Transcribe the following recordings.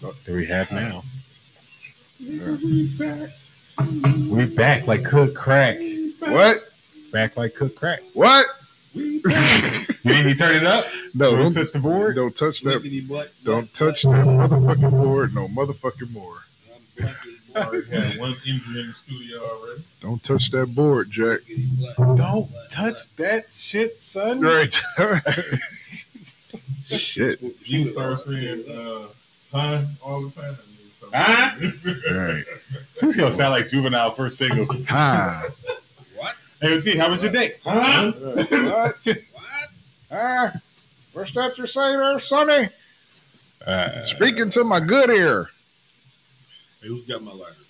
that we have now. We back like cook crack. What? Back like cook crack. What? You didn't even turn it up? No, Don't don't touch the board? Don't touch that. Lickety butt, Don't butt, touch that motherfucking board. No motherfucking more. butt, butt, butt, Already had one injury in the studio already. Don't touch that board, Jack. lickety butt, butt, Don't butt, touch that shit, son. Right. Shit. butt. You start saying uh, huh all the time. Huh? Right. This gonna sound like juvenile first single. Ha. What? Hey, G, how was your day? Huh? What? What? Ah, what's that you say there, Sonny? Uh, Speaking to my good ear. Hey, who's got my lighter?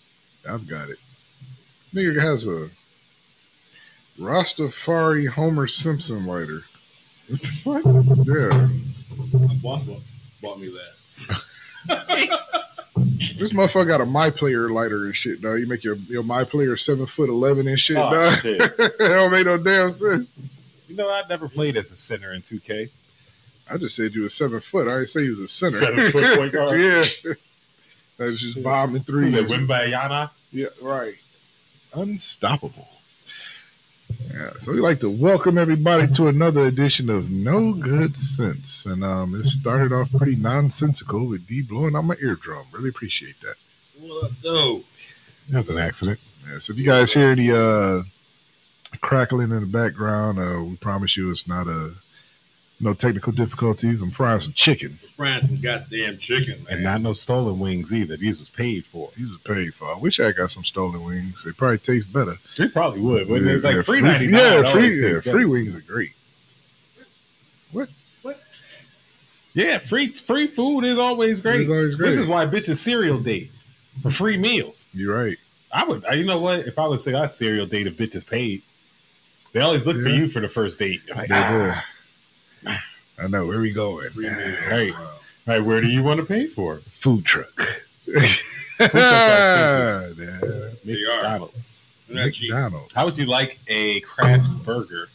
I've got it. Nigga has a Rastafari Homer Simpson lighter. What the fuck? Yeah. My boss bought, bought me that. This motherfucker got a my player lighter and shit, dog. You make your, your my player seven foot eleven and shit, oh, dog. shit. it don't make no damn sense. You know, I never played as a center in 2K. I just said you was seven foot. I didn't say you was a center. Seven foot point guard. yeah. That was just bombing Was threes. it Wimbayana? Yeah, right. Unstoppable. Yeah, so we'd like to welcome everybody to another edition of No Good Sense. And um, it started off pretty nonsensical with D blowing out my eardrum. Really appreciate that. What up, though? That was an accident. Yeah, so if you guys hear the uh, crackling in the background, uh, we promise you it's not a no technical difficulties. I'm frying some chicken. Frying some goddamn chicken, man. And not no stolen wings either. These was paid for. These are paid for. I wish I got some stolen wings. They probably taste better. They probably would, wouldn't it? Yeah, Like yeah, free ninety nine. Yeah, free, yeah, free wings are great. Yeah, free free food is always great. It's always great. This is why bitches cereal date for free meals. You're right. I would, I- you know what? If I was say I cereal date, if bitches paid, they always look for Yeah. you for the first date. Like, They do. ah, I know. Where we going? Free meal. Hey. like, where do you want to pay for? Food truck. Food trucks are expensive. They are. McDonald's. They're not cheap. McDonald's. How would you like a craft burger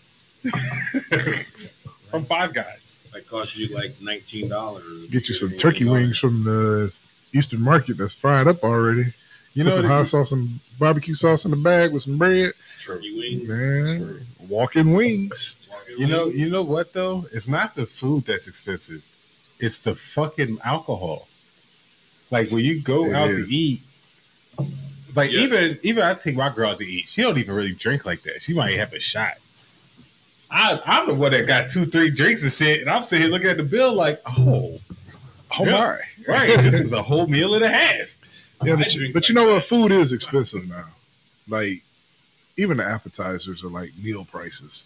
from Five Guys? That cost you like nineteen dollars. get you some turkey wings from the Eastern Market that's fried up already? You Put know, some hot sauce and barbecue sauce in the bag with some bread. Turkey wings. Man, walking wings. Walking you know, wings. you know what though? It's not the food that's expensive; it's the fucking alcohol. Like when you go It out to is. eat, like Yeah. even even I take my girl out to eat. She don't even really drink like that. She might have a shot. I, I'm the one that got two, three drinks and shit, and I'm sitting here looking at the bill like, oh, Oh Yeah. my! right, this was a whole meal and a half. Yeah, I but, you, drink but you like know what? Food is expensive now. Like even the appetizers are like meal prices,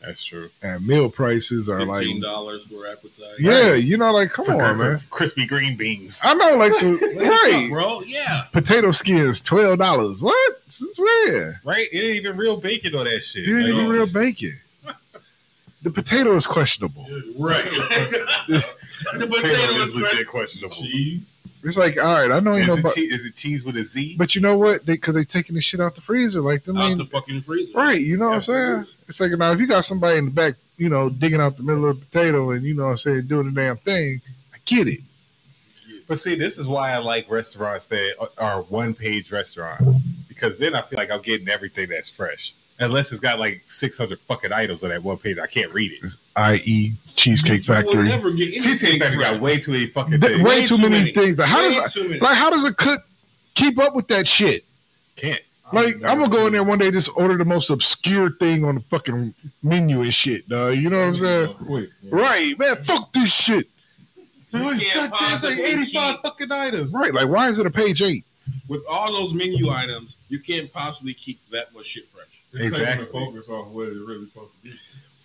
That's true. and meal prices are like fifteen dollars for appetizer. yeah, you know, like come for, on, for man. crispy green beans. I know, like so, Wait, what's up, right. bro. Yeah, Potato skins, twelve dollars. What? Since where? Right? It ain't even real bacon or that shit. It ain't Like, oh. even Yes. real bacon. The potato is questionable. right. the potato is legit. questionable. Cheese. It's like, all right, I know ain't Is it, nobody, cheese, is it cheese with a Z? but you know what? They because they taking this shit out the freezer. Like, I out mean, the fucking freezer. right? You know what I'm saying? Absolutely. It's like now, if you got somebody in the back, you know, digging out the middle of the potato, and you know, what I'm saying doing the damn thing. I get it. But see, this is why I like restaurants that are one page restaurants because then I feel like I'm getting everything that's fresh. Unless it's got like 600 fucking items on that one page, I can't read it. I.e. E, Cheesecake You will Factory. never get Cheesecake anything Factory got right. way too many fucking Th- things. way too many things. Like, how Way does- too many. Like, how does a cook keep up with that shit? Can't. Like, I'm gonna go in there one day, just order the most obscure thing on the fucking menu and shit. Dog. You know what I'm saying? Quick. Right, man. Fuck this shit. No, it's You got- can't there's like possibly 85 keep- fucking items. Right, like, why is it a page eight? with all those menu items, you can't possibly keep that much shit fresh. Exactly. Focus on what it really supposed to be.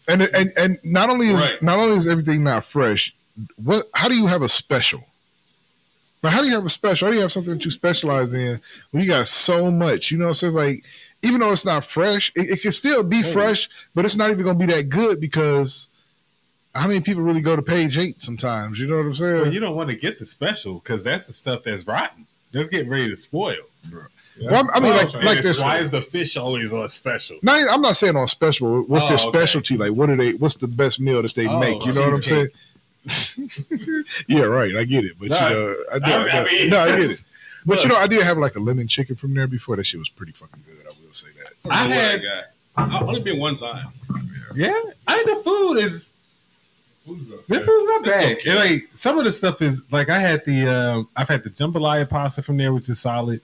and and and not only is Right. not only is everything not fresh, what? How do you have a special? Now, how do you have a special? How do you have something that you specialize in when you got so much? You know, so it's like even though it's not fresh, it, it can still be Mm. fresh, but it's not even going to be that good because how many people really go to page eight sometimes? You know what I'm saying? Well, you don't want to get the special because that's the stuff that's rotten. That's getting ready to spoil. Well, I'm- I mean, like And like it's, this. why is the fish always on special? Not, even- I'm not saying on special. What's Oh, their okay. specialty? Like, what are they? What's the best meal that they Oh, make? You know what I'm cheesecake. saying? yeah, right. I get it, but Nah, you know, I, did, I- I mean, no, I get it. yes. But you Look. know, I did have like a lemon chicken from there before. That shit was pretty fucking good. I will say that. I I don't know had- what I got. I've only been one time. Yeah, I think the food is the food's not bad. okay. And, Like some of the stuff is like I had the um, I've had the jambalaya pasta from there, which is solid,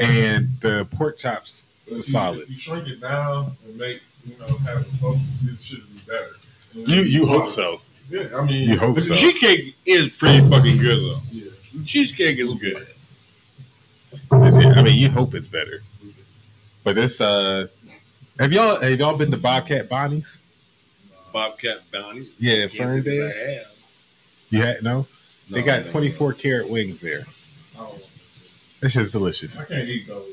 and the pork chops was solid. If you shrink it down and make, you know, kind of a focus, it should be better. so? Yeah, I mean, You hope the so. The cheesecake is pretty fucking good though. Yeah. The cheesecake is good. I mean, you hope it's better. But this, uh, have y'all have y'all been to Bobcat Bonnie's? Bobcat Bounty. Yeah, Can't say Ferndale. that I have. You had no? They No, got no, no. 24 karat wings there. I don't want It's just delicious. to- I can't eat those.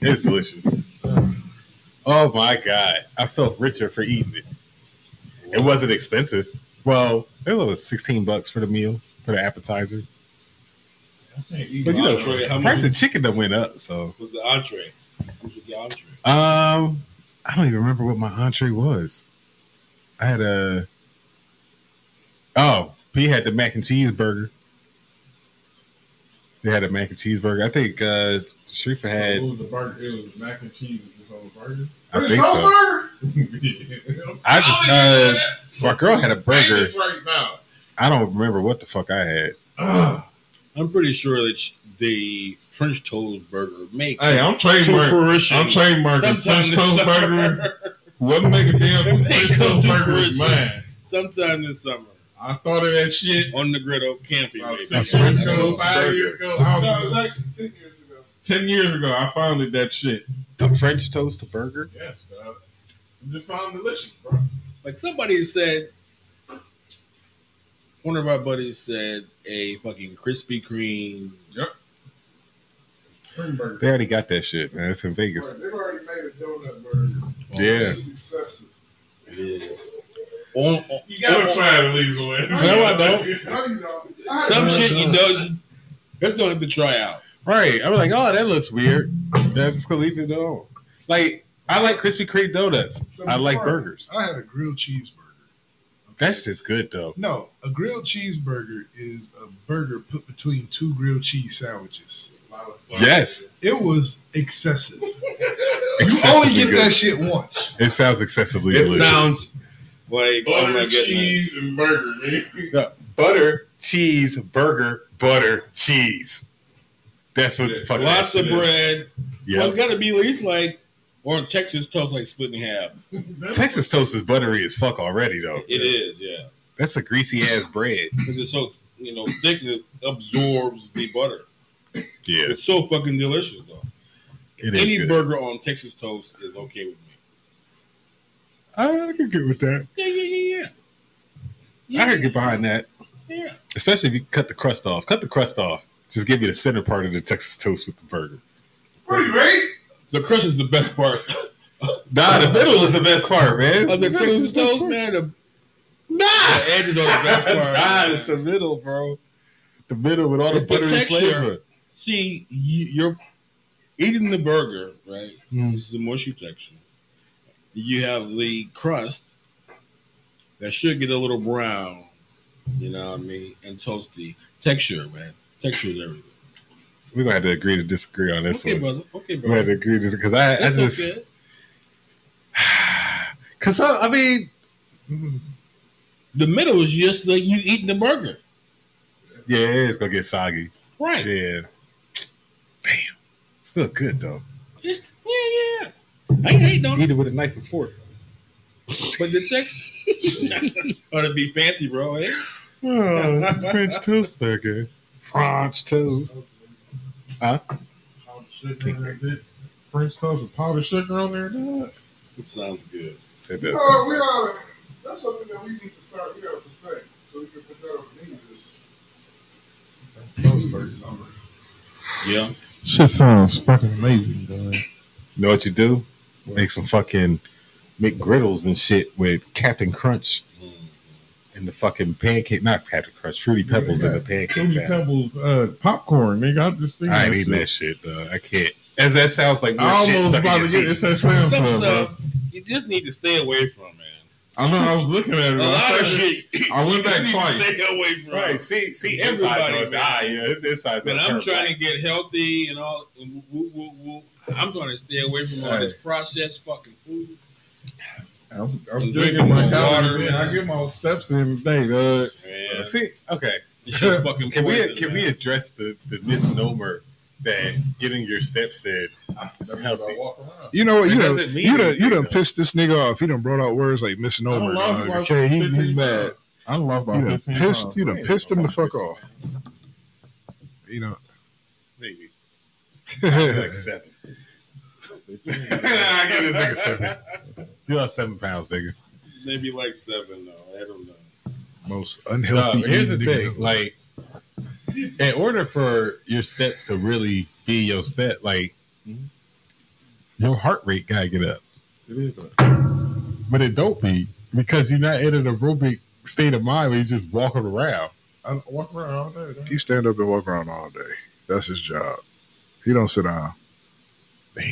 It's delicious. Oh my god, I felt richer for eating it. It wasn't expensive. Well, it was 16 bucks for the meal for the appetizer, I can't eat But you know, those. Entree, how much price of chicken that went up. So, was the entree? How much was the entree? um, I don't even remember what my entree was. I had a oh, he had the mac and cheese burger. They had a mac and cheese burger. I think uh Sharifa It had. was the burger. It was mac and cheese with the whole burger. I think so. so. I just uh, my girl had a burger. right now. I don't remember what the fuck I had. Ugh. I'm pretty sure that sh- the French toast burger make Hey, I'm to trademark. fruition. I'm trademarking Sometime French toast this burger. summer. What make a damn French toast burger is mine? Sometime this summer I thought of that shit on the griddle camping. about maybe. six A French years ago, toast five burger. years ago. I don't No, it know. was actually ten years ago. Ten years ago, I founded that shit. A French toast burger. Yes, dog. It just sound delicious, bro. Like somebody said, one of our buddies said a fucking Krispy Kreme. Cream burger. They already got that shit, man. It's in Vegas. They've already made a donut burger. Yeah. It's excessive. On, on- You gotta try it legally. No, I don't. No, you don't. I had some a- shit you know, you just don't have to try out. Right. I'm like, oh, that looks weird. I'm just gonna leave it alone. Like, I like Krispy Kreme donuts. I like burgers. I had a grilled cheeseburger. That shit's good though. No, a grilled cheeseburger is a burger put between two grilled cheese sandwiches. Yes, It was excessive. you excessively only get good. that shit once. It sounds excessively. It delicious. sounds like oh Butter, my goodness. cheese, and burger, man. butter, cheese, burger, butter, cheese. That's what's Yeah, fucking. Lots of that shit is. bread. Well, it's Yeah. got to be at least like, or in Texas toast like split in half. That's- Texas toast is buttery as fuck already though. It is, yeah, That's a greasy ass bread. because it's so you know thick and it absorbs the butter. Yeah, It's so fucking delicious though. it is Any good. burger on Texas toast is okay with me. I can get with that. Yeah, yeah, yeah, yeah. I could get behind that. Yeah. Especially if you cut the crust off. Cut the crust off. Just give me the center part of the Texas toast with the burger. Pretty great. The crust is the best part Nah, the middle is the best part, man. of the Texas toast, man. The, Nah, the edges are the best part. nah, it's the middle, bro. The middle with all the It's the buttery texture. flavor. See, you, you're eating the burger, right? Mm. This is the mushy texture. You have the crust that should get a little brown, you know what I mean, and toasty. Texture, man. Texture is everything. We're gonna have to agree to disagree on this okay, one. brother. Okay, We're gonna have to brother. agree to disagree because I, I That's just okay. because I, I mean The middle is just like you eating the burger. yeah, it's gonna get soggy. Right. Yeah. Damn. Still good though. It's, yeah, yeah. I ain't hating on it. Eat it with a knife and fork. But the texture ought to be fancy, bro, eh? Oh, French toast burger. French toast. Powdered sugar in that bitch. French toast with powdered sugar on there. dog. It sounds good. That You does know, we sound- ought that's something that we need to start. We got to perfect so we can put that on the menu this this summer. Yeah. Shit sounds fucking amazing, dog. You know what you do? Make some fucking McGriddles and shit with Captain Crunch and the fucking pancake, not Captain Crunch, Fruity Pebbles and the pancake. Fruity batter. Pebbles uh, popcorn, nigga. I just seen I that ain't eating shit. that shit, though. I can't. As that sounds like more I shit almost stuck in about your to get it's teeth. that sound Some for, bro. stuff you just need to stay away from, man. I know. I was looking at it. A I lot of started- shit. I went back you need to twice. Stay away from. Right. See, see, Everybody, everybody gonna man. die. Yeah, his inside's But gonna I'm turn trying black. to get healthy and all. And woo, woo, woo. I'm going to stay away from all Hey. this processed fucking food. I'm I'm, I'm drinking drinking my water, water. Man. I get my steps every day, dog. Yeah. See, okay. It's just fucking Can we poison, can man. we address the, the misnomer that getting your steps in is healthy? walk around. You know what? It You done, doesn't mean you done, anything, you done though. pissed this nigga off. He done brought out words like misnomer. I lost dog. my Okay, he, he's 15 mad. I love You my done 15 pissed. pounds. You done man. pissed him the fuck off. You know. Maybe like That's seven. I give this nigga seven. You lost seven pounds, nigga. Maybe like seven, though. I don't know. most No, unhealthy. but here's the nigga. thing. Like, in order for your steps to really be your step, like, your heart rate gotta get up. It is. But it don't be because you're not in an aerobic state of mind where you're just walking around. I walk around all day. dog. he stand up and walk around all day. That's his job. He don't sit down. Damn.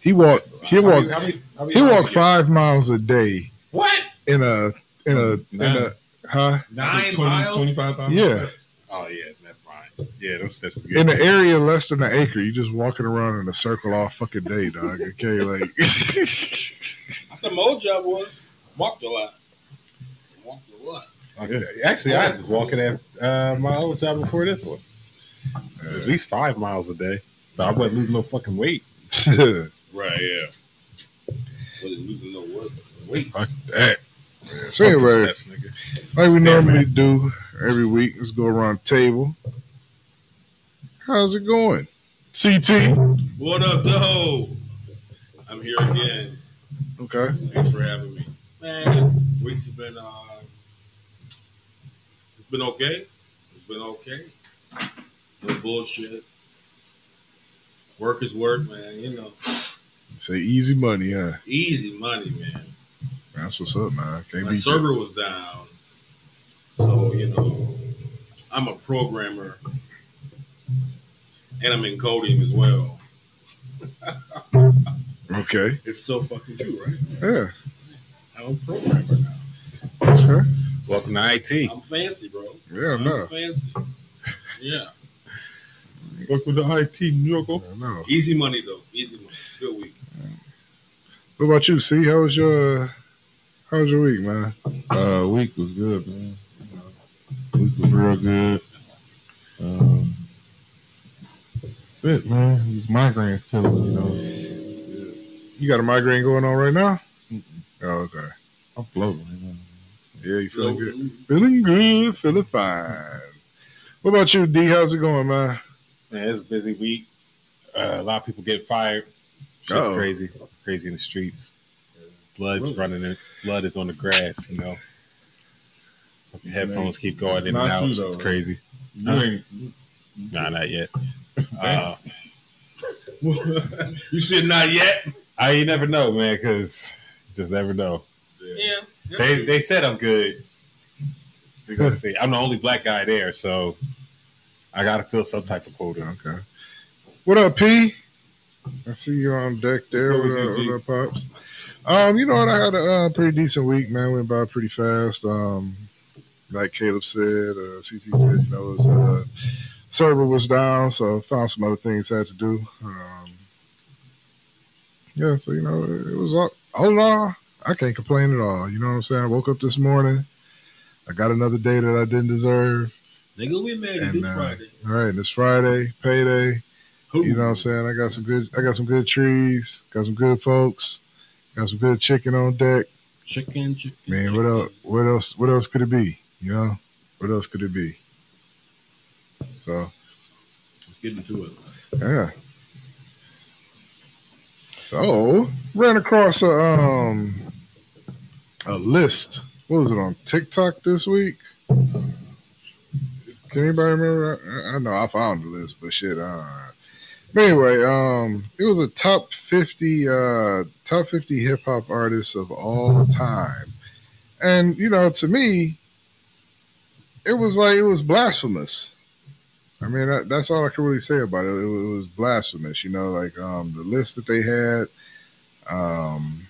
He walk. He How walk. many- how many- how many He times walk you get- five miles a day. What? In a in a in a Nine. huh? Nine 20 miles? 25,000 Yeah, Oh yeah, never mind. Yeah, those steps. to get- in an area less than an acre. You just walking around in a circle all fucking day, dog. Okay, like That's some old job was. Walked a lot. Walked a lot. Okay. Actually, I was walking at uh, my old job before this one. Uh, At least five miles a day. So I wasn't losing no fucking weight. man, Right, yeah. But it's losing no work. Wait. Fuck that. so Fuck some anyway, steps, nigga. like we Stairmaster. normally do every week, let's go around the table. How's it going, Mm-hmm. CT? What up, though? I'm here again. Okay, Thanks for having me. Man, week's been uh, it's been okay. It's been okay. No bullshit. Work is work, man. You know, say easy money, huh? easy money, man. That's what's up, man. Can't My beat that. server was down, so you know, I'm a programmer, and I'm in coding as well. Okay, It's so fucking true, right? yeah, I'm a programmer now. okay, Welcome to IT. I'm fancy, bro. yeah, I'm no, fancy. Yeah. Welcome to IT, New York. yeah, no. Easy money though. Easy money. Good week. What about you? See, how was your uh, how was your week, man? Uh, week was good, man. You know, Week was real good. Um, that's it, man. These migraines killing, you know. You got a migraine going on right now? Oh, okay. I'm floating, you know. Yeah, you feeling good? Local. Feeling good, feeling fine. What about you, D? How's it going, man? Man, it's a busy week. Uh, a lot of people getting fired. Shit's Uh-oh. Oh. crazy. Crazy in the streets. Blood's Really? running in. Blood is on the grass, you know. Fucking headphones keep going in Not and out. you, It's though. crazy. You ain't. Nah, not yet. Uh, you said not yet. I you never know, man, because just never know. Yeah. They they said I'm good. We're gonna Hmm. see. I'm the only black guy there, so I gotta fill some type of quota. Okay. What up, P? I see you on deck there. What's What going up, with you, what up, pops? Um, you know what? I had a uh, pretty decent week, man. Went by pretty fast. Um, like Caleb said, uh, CT said, you know, it was, uh, server was down, so found some other things I had to do. Um, yeah, so you know, it was all, all in all, I can't complain at all. You know what I'm saying? I woke up this morning. I got another day that I didn't deserve. Nigga, we made it And, this uh, Friday. All right, and it's Friday, payday. Who? You know what I'm saying? I got some good I got some good trees, got some good folks, got some good chicken on deck. Chicken, chicken. Man, what else what else what else could it be? You know? What else could it be? So Let's get into it. yeah. So ran across a um a list. What was it on TikTok this week? Can anybody remember? I, I know I found the list, but shit. Uh, but anyway, um, it was a top fifty, uh, top fifty hip hop artists of all time, and you know, to me, it was like it was blasphemous. I mean, that, that's all I can really say about it. It, wa- it was blasphemous, you know. Like um, the list that they had, um,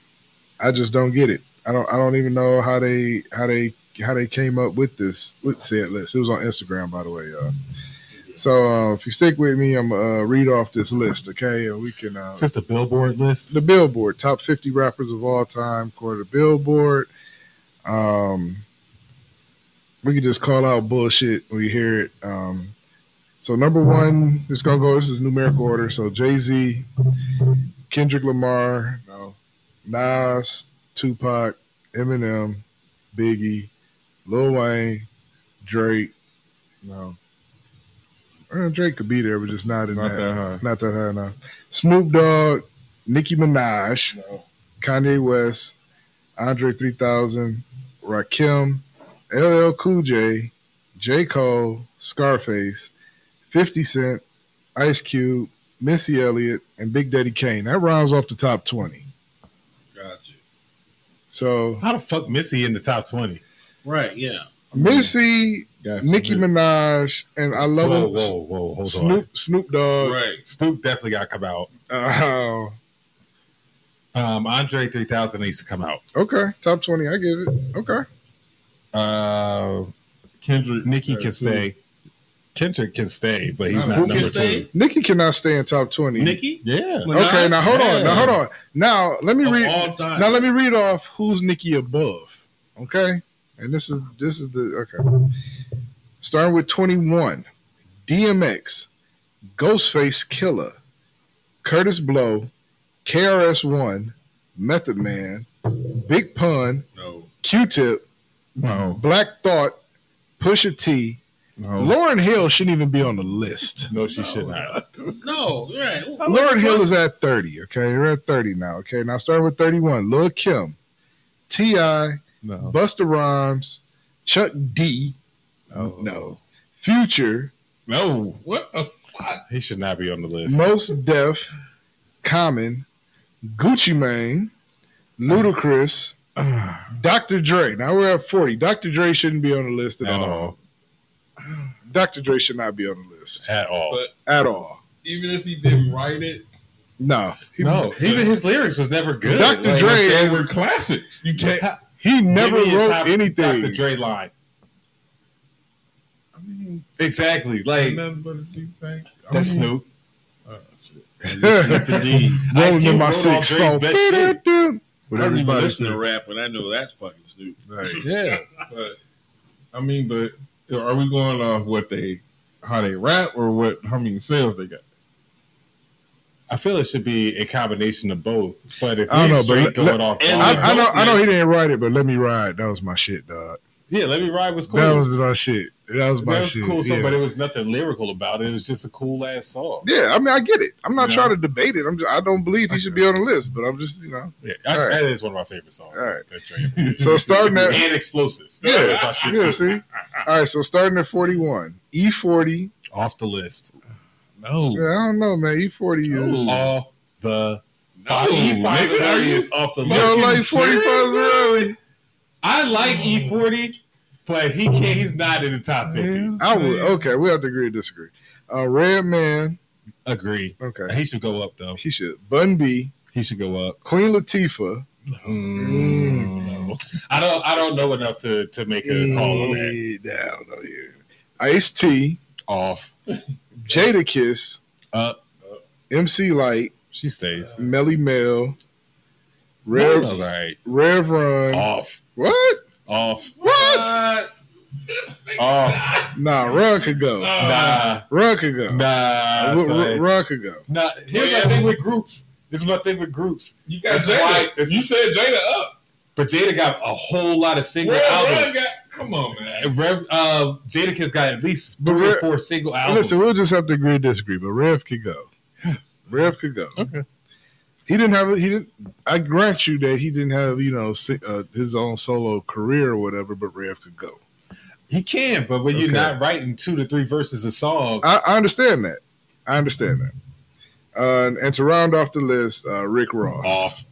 I just don't get it. I don't I don't even know how they how they how they came up with this with said list. It was on Instagram, by the way, y'all. So uh, if you stick with me, I'm uh, read off this list, okay? And we can uh, Since the Billboard list, the Billboard top 50 rappers of all time, according to Billboard. Um, we can just call out bullshit when you hear it. Um, so number one, it's gonna go. This is numeric order. So Jay Z, Kendrick Lamar, no, Nas, Tupac, Eminem, Biggie, Lil Wayne, Drake, no. Uh, Drake could be there, but just not in Not that high. not that high now. Snoop Dogg, Nicki Minaj, Kanye West, Andre 3000, Rakim, LL Cool J, J. Cole, Scarface, 50 Cent, Ice Cube, Missy Elliott, and Big Daddy Kane. That rounds off the top 20. Gotcha. So how the fuck Missy in the top twenty? Right, yeah. Missy, Got Nicki Minaj, and I love Whoa, it, whoa, whoa, hold on. Snoop, Snoop Dogg. Right. Snoop definitely got to come out. Oh, Um, Andre three thousand needs to come out. okay, top 20. I give it. Okay. Uh, Kendrick. Nikki uh, can stay. Kendrick can stay, but he's Who not can number stay? two. Nicki cannot stay in top 20. Nikki? Yeah. Okay, now hold on. Now hold on. Yes. Now let me Of read. all time. Now let me read off who's Nikki above. Okay, and this is this is the okay. Starting with twenty one, DMX, Ghostface Killer, Curtis Blow, KRS One, Method Man, Big Pun, No. Q Tip, No, Black Thought, Pusha T. Oh. no. Lauren Hill shouldn't even be on the list. No, she should not. No, right. Lauren Hill is at 30, okay? We're at 30 now, okay? Now starting with 31. Lil Kim, T.I., No. Busta Rhymes, Chuck D, No. no. Future, What the fuck? He should not be on the list. Most Def, Common, Gucci Mane, Ludacris, Dr. Dre. Now we're at 40. Dr. Dre shouldn't be on the list at, At all. all. Dr. Dre should not be on the list At all. But- at all. Even if he didn't write it, No. He, no, even his lyrics was never good. Dr. Like, Dre They is- were classics. You can't. he give never me a wrote top anything. Dr. Dre line. I mean, Exactly. Like nothing but a G thing. that's Snoop. oh, indeed. Ice Rolling Cube in wrote my all six Dre's phone. best shit. With I don't even everybody listen to rap, and I know that's fucking Snoop. Yeah, but I mean, but are we going off what they, how they rap, or what how many sales they got? I feel it should be a combination of both. But if I don't we know, straight but going let- off, and I, volume- I know, I know, he didn't write it, but "Let Me Ride" that was my shit, dog. yeah, let me ride was cool. That was my shit. That was my that was shit. cool. So, yeah. but it was nothing lyrical about it. It was just a cool ass song. yeah, I mean, I get it. I'm not Yeah. trying to debate it. I'm just, I don't believe he should be on the list, but I'm just, you know. Yeah, I, All right. that is one of my favorite songs. All right. That Dre ever did. So starting at and explosive. yeah, That's my shit yeah. too. See, all right. So starting at 41, E40. Off the list. No, Yeah, I don't know, man. E40 is. Ooh. Off the. No, E five nigga, are you- is off the You list. don't like 45 really? I like E forty, but he can't. He's not in the top fifty. I would. Okay, we have to agree to disagree. Uh, Red Man. Agree. Okay, He should go up though. he should. Bun B. He should go up. Queen Latifah. Mm. I don't. I don't know enough to to make a call on Mm. that. Down on you. Ice T, Off. Jada Kiss, Up. MC Light, She stays. Melly Mel, Real. Rev, was all right. Rev Run. Off. What? Off. What? Uh, Off. Nah, Run could go. Nah. Run could go. Nah. Ru- Ru- son. Run could go. Nah. Here's my thing with groups. This is my thing with groups. you got That's Jada. why. it's- You said Jada up. But Jada got a whole lot of single Rev Run albums. got. Come on, man. Rev, uh, Jadakiss got at least But three or Rev- four single albums. Listen, we'll just have to agree to disagree, but Rev could go. Rev could go. Okay. He didn't have. a- He didn't. I grant you that he didn't have, you know, si- uh, his own solo career or whatever. But Rev could go. He can, but when you're Okay. not writing two to three verses a song, I, I understand that. I understand that. Uh, and, and to round off the list, uh, Rick Ross. off.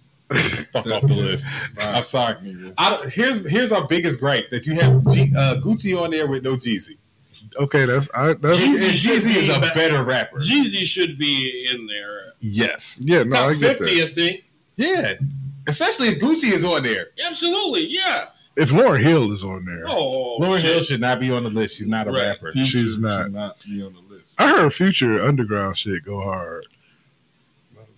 Fuck off the list. I'm sorry. nigga. I don't, here's here's my biggest gripe that you have G, uh, Gucci on there with no Jeezy. Okay, that's I, that's Jeezy, Jeezy should Jeezy is a be back. better rapper. Jeezy should be in there. Yes. yeah. No, Top I get 50, that. I think. Yeah. Especially if Gucci is on there. Absolutely, yeah. If Lauren Hill is on there, Oh, Lauren shit. Hill should not be on the list. She's not a Right. rapper. Future She's should not. be on the list. I heard future underground shit go hard.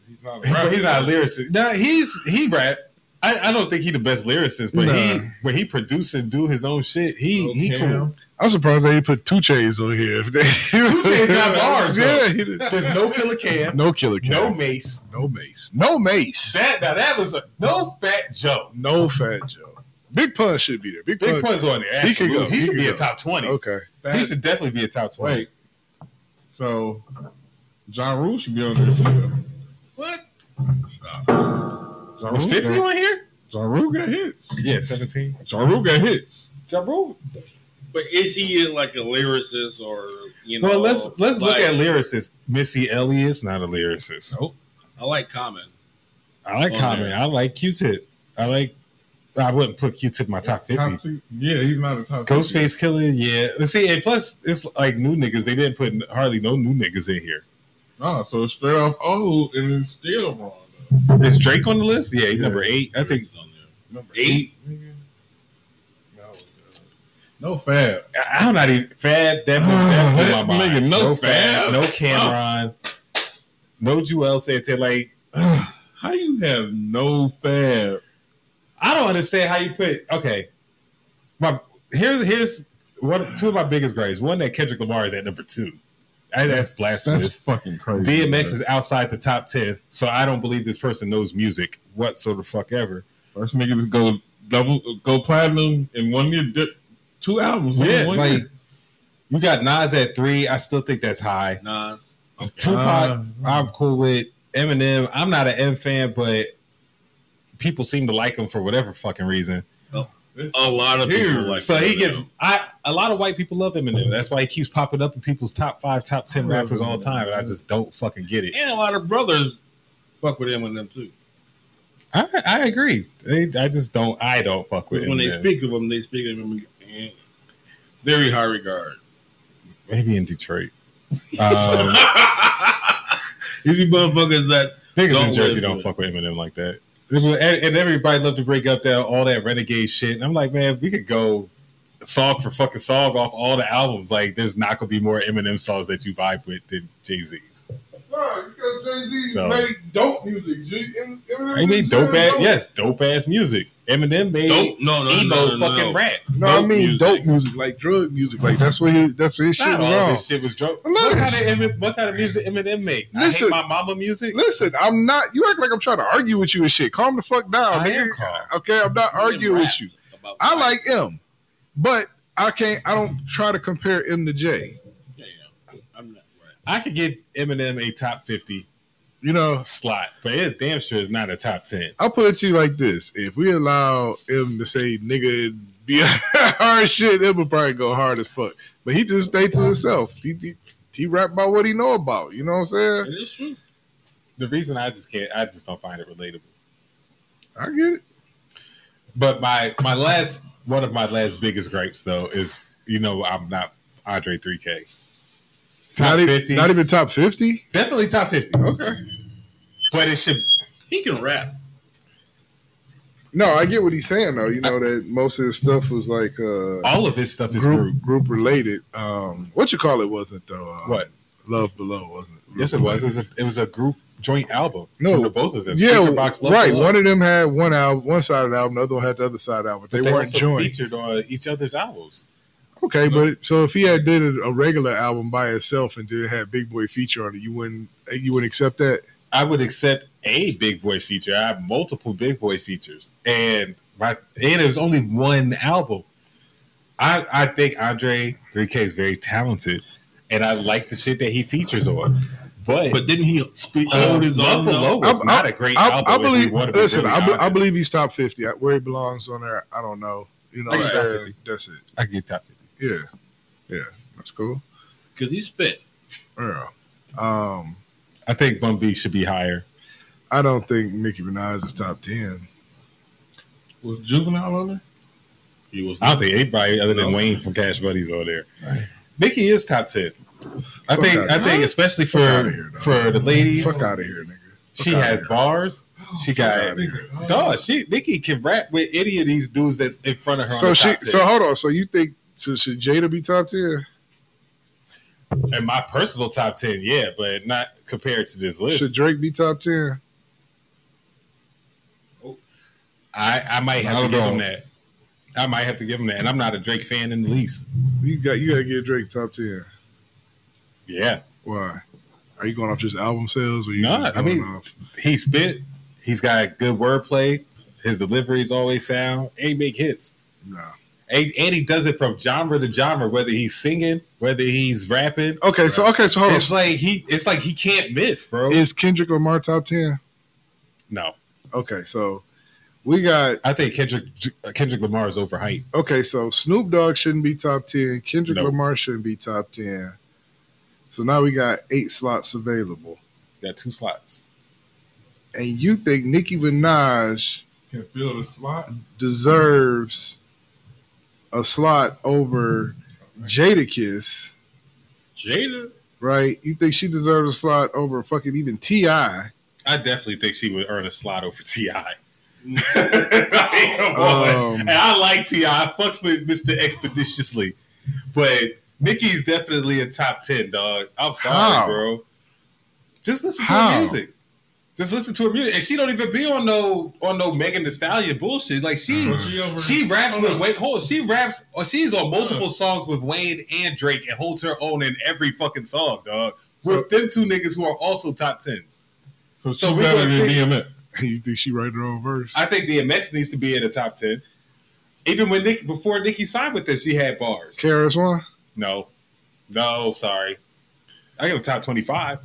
He's not a But rapper. he's not a lyricist. Now he's he rap. I, I don't think he the best lyricist, but he Nah. when he produce and do his own shit, he he Okay. cool. I'm surprised they didn't put two chains on here. Two Chainz got bars, though. Yeah, he did. There's no Killer Cam, no killer. Cam. no Mace. No Mace. No Mace. That now that was a no Fat Joe. No Fat Joe. Big Pun should be there. Big, Big Pun. Pun's on there. He could Absolutely. go. He, He should could be go. a top twenty. Okay. He should definitely be a top twenty. Wait. So, John Rule should be on there too. What? John Was Rule fifty got, on here? John Rule got hits. Yeah, seventeen. John Rule got hits. Ja Rule. But is he in like a lyricist or you know? Well, let's let's look like- at lyricists. Missy Elliott's not a lyricist. Nope. I like Common. I like On Common. there. I like Q-Tip. I like. I wouldn't put Q-Tip in my top fifty. Top two. Yeah, he's not a top. Ghostface Killer, yeah. But See, and plus it's like new niggas. They didn't put hardly no new niggas in here. No, so straight off old and then still wrong. Is Drake on the list? Yeah, he's number eight. I think. Drake's on there. Number Eight? nigga. No, God. no fab. I- I'm not even Fab. That blew, that blew my Nigga, mind. no Fab. no Cameron, no Joel Santana. Like How you have no fab? I don't understand how you put. Okay, my here's here's one two of my biggest grades. One that Kendrick Lamar is at number two. I, that's That's blasphemous. fucking crazy. DMX bro. is outside the top ten, so I don't believe this person knows music whatsoever. first nigga to go double go platinum in one year, di- two albums. Yeah, in one like year. you got Nas at three. I still think that's high. Nas. Tupac, Um, Uh, I'm cool with Eminem. I'm not an M fan, but people seem to like him for whatever fucking reason. this- Oh, A lot of people Here. like. so he Eminem. gets I a lot of white people love Eminem. That's why he keeps popping up in people's top five, top ten I love rappers all the Eminem. time, and I just don't fucking get it. and a lot of brothers fuck with Eminem too. I, I agree. They, I just don't. I don't fuck with Because Eminem. when they speak of him, they speak of him in very high regard. Maybe in Detroit. Um, If you motherfuckers that Niggas Don't in Jersey live don't good. fuck with Eminem like that. And, and everybody loved to break up that all that renegade shit. And I'm like, man, we could go song for fucking song off all the albums. Like, there's not gonna be more Eminem songs that you vibe with than Jay Z's. Nah, because Jay Z So- made dope music. J- M- Eminem I mean, didn't dope say ass, no. yes, dope ass music. Eminem made don't no no emo no, no, no, fucking no. rap. No, I Dope mean music. dope music, like drug music. Like that's what he, that's what his shit Not was all on. this shit was dope. A lot What of kind of shit. Eminem, what kind of music Eminem make? Listen. I hate my mama music. Listen, I'm not. You act like I'm trying to argue with you and shit. Calm the fuck down, I nigga. am calm. Okay, I'm not Eminem arguing with raps you. about I life. like M, but I can't. I don't try to compare M to J. Yeah, yeah. I'm not right. I could give Eminem a top fifty You know, slot, but it damn sure is not a top ten. I'll put it to you like this: If we allow M to say "nigga" and be hard shit, it would probably go hard as fuck. But he just stayed to himself. He he, he rap about what he know about. You know what I'm saying? It is true. the reason I just can't, I just don't find it relatable. I get it. But my my last one of my last biggest gripes though is you know I'm not Andre 3K. Top not, e- 50, not even top fifty. definitely top 50. Okay. But it should He can rap. No, I get what he's saying though. You know that most of his stuff was like uh all of his stuff is group. group group related. Um what you call it wasn't though. Um, What? Love Below wasn't. it? Yes, it was. It was a, it was a group joint album No. from the both of them. Yeah, Speaker Box, Love right. Below. One of them had one album, one side of the album. The other one had the other side of the album. They, But weren't also joined. featured Uh-huh. on each other's albums. Okay, but it, so if he had did a, a regular album by itself and did had Big Boy feature on it, you wouldn't you wouldn't accept that? I would accept a big boy feature. I have multiple big boy features, and my and it was only one album. I I think Andre 3K is very talented, and I like the shit that he features on. But, But didn't he speak uh, hold his Love own? Below though? was I- not a great I, album. I if you believe. wanna be listen, really I, be- I honest. believe he's top fifty. I- Where he belongs on there, I don't know. You know, I guess what I'm top saying? 50. that's it. I get top fifty. Yeah, yeah, that's cool. Because he spit. Yeah. Um, I think Bun B should be higher. I don't think Nicki Minaj is top ten. was juvenile on there. He was I don't think anybody other than No. Wayne from Cash Buddies on there. Nicki is top ten. I Fuck think. outta I think here. especially Fuck outta for here, dog. for the ladies. Fuck out of here, nigga. She has bars. She got dog. She Nikki can rap with any of these dudes that's in front of her. So on the she, top so tier. hold on. So you think so should Jada be top tier? in my personal top ten, yeah, but not compared to this Should list. Drake be top tier? I, I might have I to don't give know. him that. I might have to give him that, and I'm not a Drake fan in the least. You got you got to get Drake top tier. Yeah, Why? Are you going off just album sales or you Nah, just I going mean- off? he spit. He's got good wordplay. His delivery is always sound, and he make hits. No. And, and he does it from genre to genre, whether he's singing, whether he's rapping. Okay, so okay, so hold on. It's like he, it's like he can't miss, bro. Is Kendrick Lamar top ten? no, Okay, so we got I think Kendrick Kendrick Lamar is overhyped. okay, so Snoop Dogg shouldn't be top ten. Kendrick No. Lamar shouldn't be top ten. So now we got eight slots available, Got two slots. and you think Nicki Minaj Can fill the slot. deserves a slot over Jada Kiss, Jada. right? You think she deserves a slot over fucking even Ti? I definitely think she would earn a slot over Ti. Like, come on. Um, and I like Ti. I fucks with Mister Expeditiously, but Nicki's definitely a top ten dog. I'm sorry, How? bro. Just listen to How? her music. Just listen to her music, and she don't even be on no on no Megan Thee Stallion bullshit. Like Uh-huh. she She, over, she raps Hold with on. Wayne. Hold, on, she raps. Or she's on multiple songs with Wayne and Drake, and holds her own in every fucking song, dog. With them two niggas who are also top tens. So So she we better gonna than see- DMX. you think she write her own verse? I think DMX needs to be in the top ten. Even when Nick before Nicki signed with them, she had bars. KRS One. No, no, sorry. I give a top twenty-five.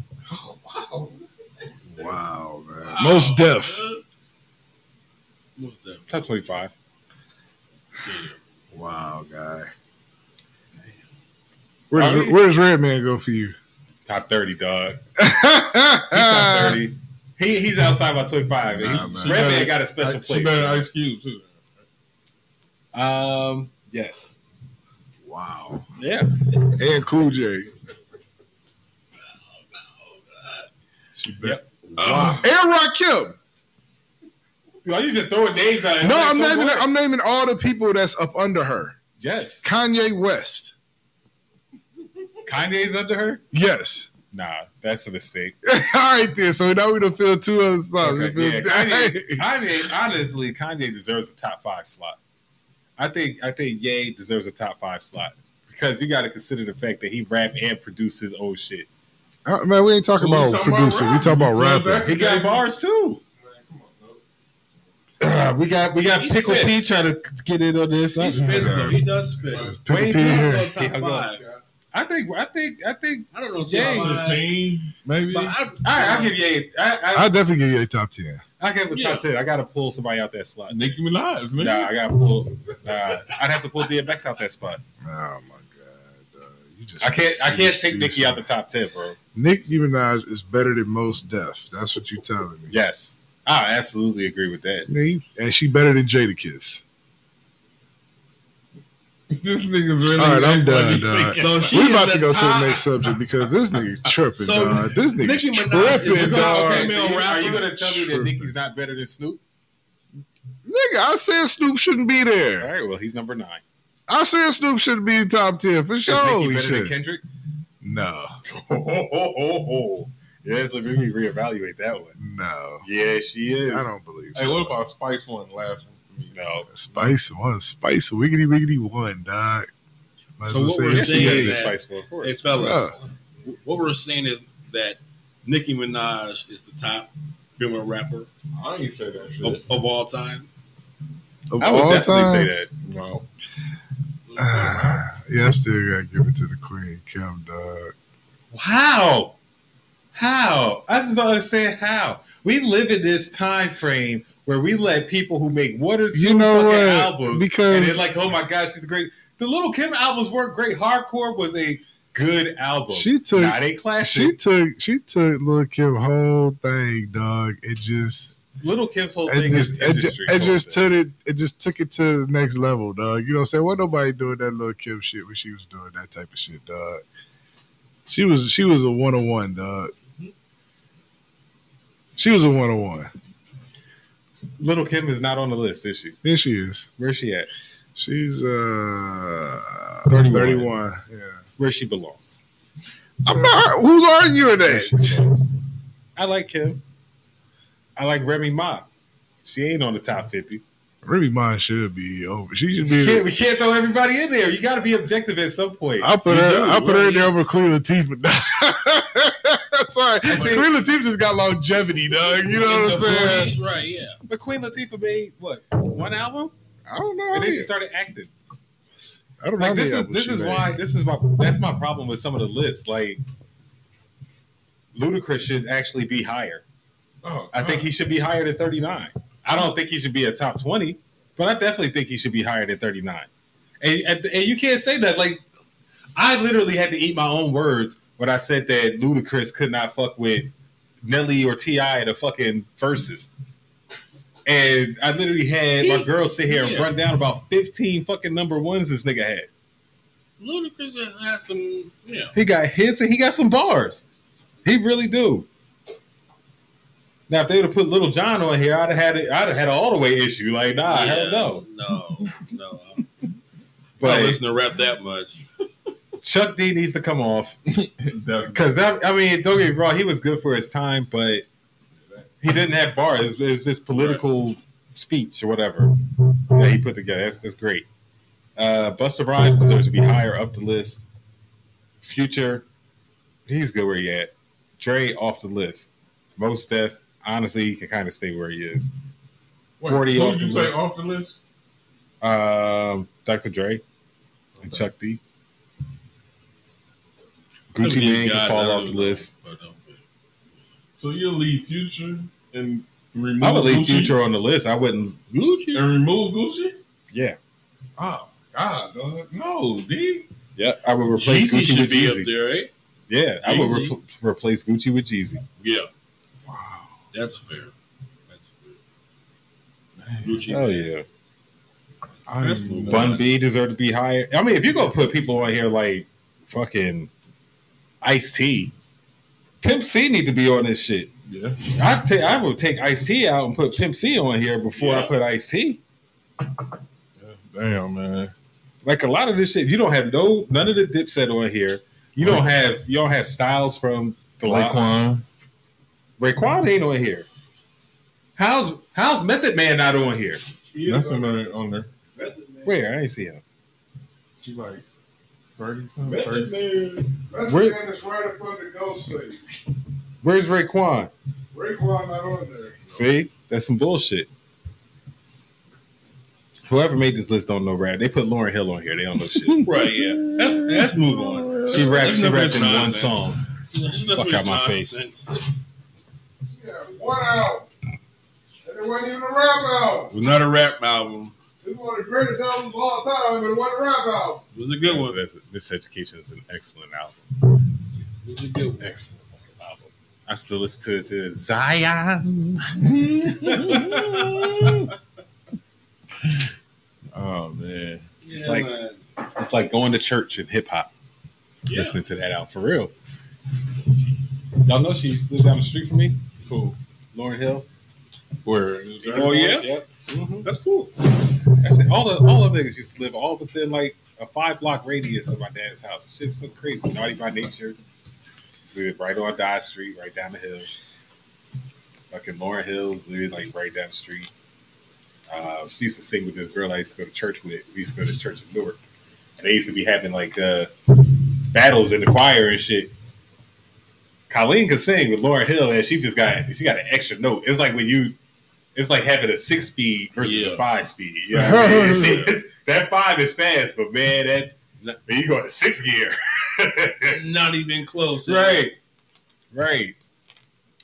Wow, Uh, man. Most deaf. What's that? Top twenty-five. Wow, guy. Where does, Are we- where does Red Man go for you? Top thirty, dog. He's Ah. top thirty. He, he's outside my twenty-five. and he- Nah, man. Red Man got a special Like, She place. better than Ice Cube too. Um, yes. Wow. Yeah. And Cool J. She bet. Wow. Uh, And Rakim. Why you just throwing names out? No, I'm naming I'm naming all the people that's up under her. yes. Kanye West. Kanye's under her. Yes. Nah, that's a mistake. all right, then. So now we done fill two other slots. Okay, We yeah, filled- Kanye, Kanye, honestly, Kanye deserves a top five slot. I think I think Ye deserves a top five slot because you got to consider the fact that he rap and produces old shit. Uh, man, we ain't talking We about talking about producing. We talking about rapping. rapping. He got bars too. Uh, we got we got He spits. trying to get in on this. He spits though. He does spit. Let's pick a Wayne pin Johnson. here. Mm-hmm. He He's on top hung up. five. I think I think I think. I don't know. Top Yeah. five, Fifteen, maybe. but I, All right, I'll give Ye. I I, I definitely give you a top ten. I, give him a Yeah. top ten. I got to pull somebody out that slot. Nicki Minaj, man. Nah, I got to pull. Nah, I'd have to pull DMX out that spot. Oh my god, uh, you just I can't. I can't take you Nicki out the just- top ten, bro. Nicki Minaj is better than most deaf. That's what you're telling me. Yes, I absolutely agree with that. Yeah, you- And she better than Jada Kiss. This nigga's really. All right, I'm acting like done. he dog. thinking. So she we is about the to go to the top- next subject because this nigga tripping, So, dog. This nigga Nicki Minaj is tripping, the- dog. okay, so Male you- are rapper. you gonna tell me that Sure. Nicki's not better than Snoop? Nigga, I said Snoop shouldn't be All there. right, well he's number nine. I said Snoop shouldn't be in top ten for Is sure. Nicki he better than shouldn't. Kendrick? no, Oh, oh, oh, oh. yeah. So let me reevaluate that one. no, Yeah, she is. I don't believe. Hey, So. what about Spice one last one for me? know. Spice one, Spice wiggity wiggity one, dog. Might as So well what say we're Yeah, it's she saying better Nicki. than that- Spice Girl, of Hey, course. fellas, Yeah. what we're saying is that Nicki Minaj is the top female rapper I ain't say that shit. of, of all time. Of I would Oh, all definitely say time? that. No. Ah, yeah, I still gotta give it to the Queen Kim, dog. How? How? I just don't understand how. We live in this time frame where we let people who make one or two You know fucking what? albums and Because it's like, oh my god, she's great. The Little Kim albums weren't great. Hardcore was a good album. she took not a she classic. took she took Lil Kim whole thing, dog. It just Little Kim's whole it thing is just it just, industry. it just took took it it just took it to the next level, dog. You know what I'm saying? What nobody doing that Lil Kim shit when she was doing that type of shit, dog. She was she was a one on one, dog. She was a 101. Little Kim is not on the list, is she? There she is. Where's she at? She's uh 31. 31. Yeah. Where she belongs. I'm not who's arguing Where she that? belongs. I like Kim. I like Remy Ma. She ain't on the top 50. Ruby mine should be over. She should We can't, be we can't throw everybody in there. You got to be objective at some point. I put You her do, I put her in right? there over Queen Latifah. dog. Sorry. see- Queen Latifah just got longevity, dog. You know what I'm saying? Right, yeah. But Queen Latifah made what one album, I don't know. and then she started acting. I don't know. how Like this many is albums this she is made. why this is my that's my problem with some of the lists. Like Ludacris should actually be higher. Oh, I think he should be higher than thirty nine. I don't think he should be a top twenty, but I definitely think he should be higher than thirty nine. And, and and you can't say that. Like I literally had to eat my own words when I said that Ludacris could not fuck with Nelly or Ti in the fucking verses. And I literally had my He- girl sit here and yeah. run down about fifteen fucking number ones this nigga had. Ludacris had some, yeah. He got hits and he got some bars. He really do. Now, if they would have put Little John on here, I'd have had it. I'd have had an all the way issue. Like, nah, yeah, Ah, hell no. No, no. I'm But not listening to rap that much. Chuck D needs to come off Definitely. because I, I mean, don't get me wrong, he was good for his time, but he didn't have bars. It was just political speech or whatever that he put together. That's that's great. Uh, Buster Rhymes deserves to be higher up the list. Future, he's good where he at. Dre off the list. Most Def, honestly, he can kind of stay where he is. Wait, 40 who off did the you say list. off the list? Um, Dr. Dre and Chuck D. Gucci Mane can fall off the list. uh, So you'll leave Future and remove I would leave Gucci Future on the list. I wouldn't. Gucci. and remove Gucci. Yeah, Oh God, dog. no, D. yeah. I would replace Jeezy Gucci should with be up Jeezy. there, right? Yeah, I would Jeezy. repl replace Gucci with Jeezy. Yeah, Wow, that's fair. That's fair. man. Gucci. Oh yeah. I That's didn't cool. know. Bun B deserve to be higher. I mean, if you're gonna put people on here like fucking Ice T, Pimp C need to be on this shit. Yeah, I ta- I would take Ice T out and put Pimp C on here before I Yeah. put Ice T. yeah. damn man. Like a lot of this shit, you don't have no none of the Dipset on here. You don't have you don't have Styles from the Raekwon. Laquan. Raekwon ain't on here. How's how's Method Man not on here? He is Nothing on there. On there. Where I ain't see him. He like 30, 30. Method Where- Man is right up under Ghostface. Where's Raekwon? Raekwon not on there. See, that's some bullshit. Whoever made this list don't know rap. They put Lauren Hill on here. They don't know shit. Right, yeah. That's, let's move on. She rapped. That's She enough of rapped in this one nonsense. song. Fuck out my face. Yeah, one out. And it wasn't even a rap album. It was not a rap album. It's one of the greatest albums of all time, but it wasn't a rap album. It was a good So one. It that's, this education is an excellent album. was a good one. Excellent fucking album. I still listen to it to Zion. Oh man. It's like- man. It's like going to church in hip hop. Yeah. Listening to that album for real. Y'all know she used to live down the street from me. Cool. Lauren Hill. Where? Oh, yeah? Yep. Mhm. that's cool. Actually, all the all of niggas used to live all within like a five block radius of my dad's house. Shit's fucking crazy. Naughty by nature. Used to live right on Dodge Street, right down the hill. Fucking Lauren Hills, living like right down the street. Uh, she used to sing with this girl I used to go to church with. We used to go to this church in Newark, and they used to be having like uh, battles in the choir and shit. Colleen could sing with Lauren Hill, and she just got she got an extra note. It's like when you, it's like having a six speed versus Yeah. a five speed. You know what I mean? She is- that five is fast, but man, that man, you going to sixth gear, Not even close. right? Right.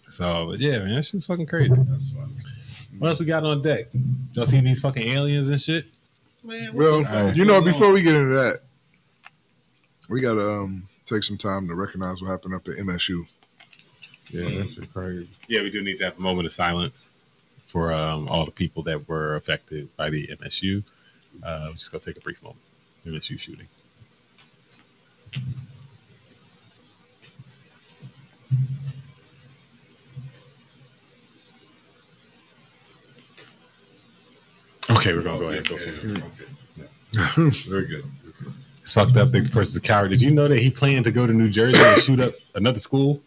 So, but yeah, man, that shit's fucking crazy. That's funny. What else we got on deck? Y'all see these fucking aliens and shit? Man, what Well, the fuck you know, going before on? we get into that, we gotta um take some time to recognize what happened up at MSU. Yeah, that shit crazy. Mm-hmm. Yeah, we do need to have a moment of silence for um, all the people that were affected by the MSU. Uh, we're just gonna take a brief moment. MSU shooting. Okay, we're gonna go ahead and Okay, go okay, for it. okay. Very good. It's fucked up. that The person's a coward. Did you know that he planned to go to New Jersey and shoot up another school?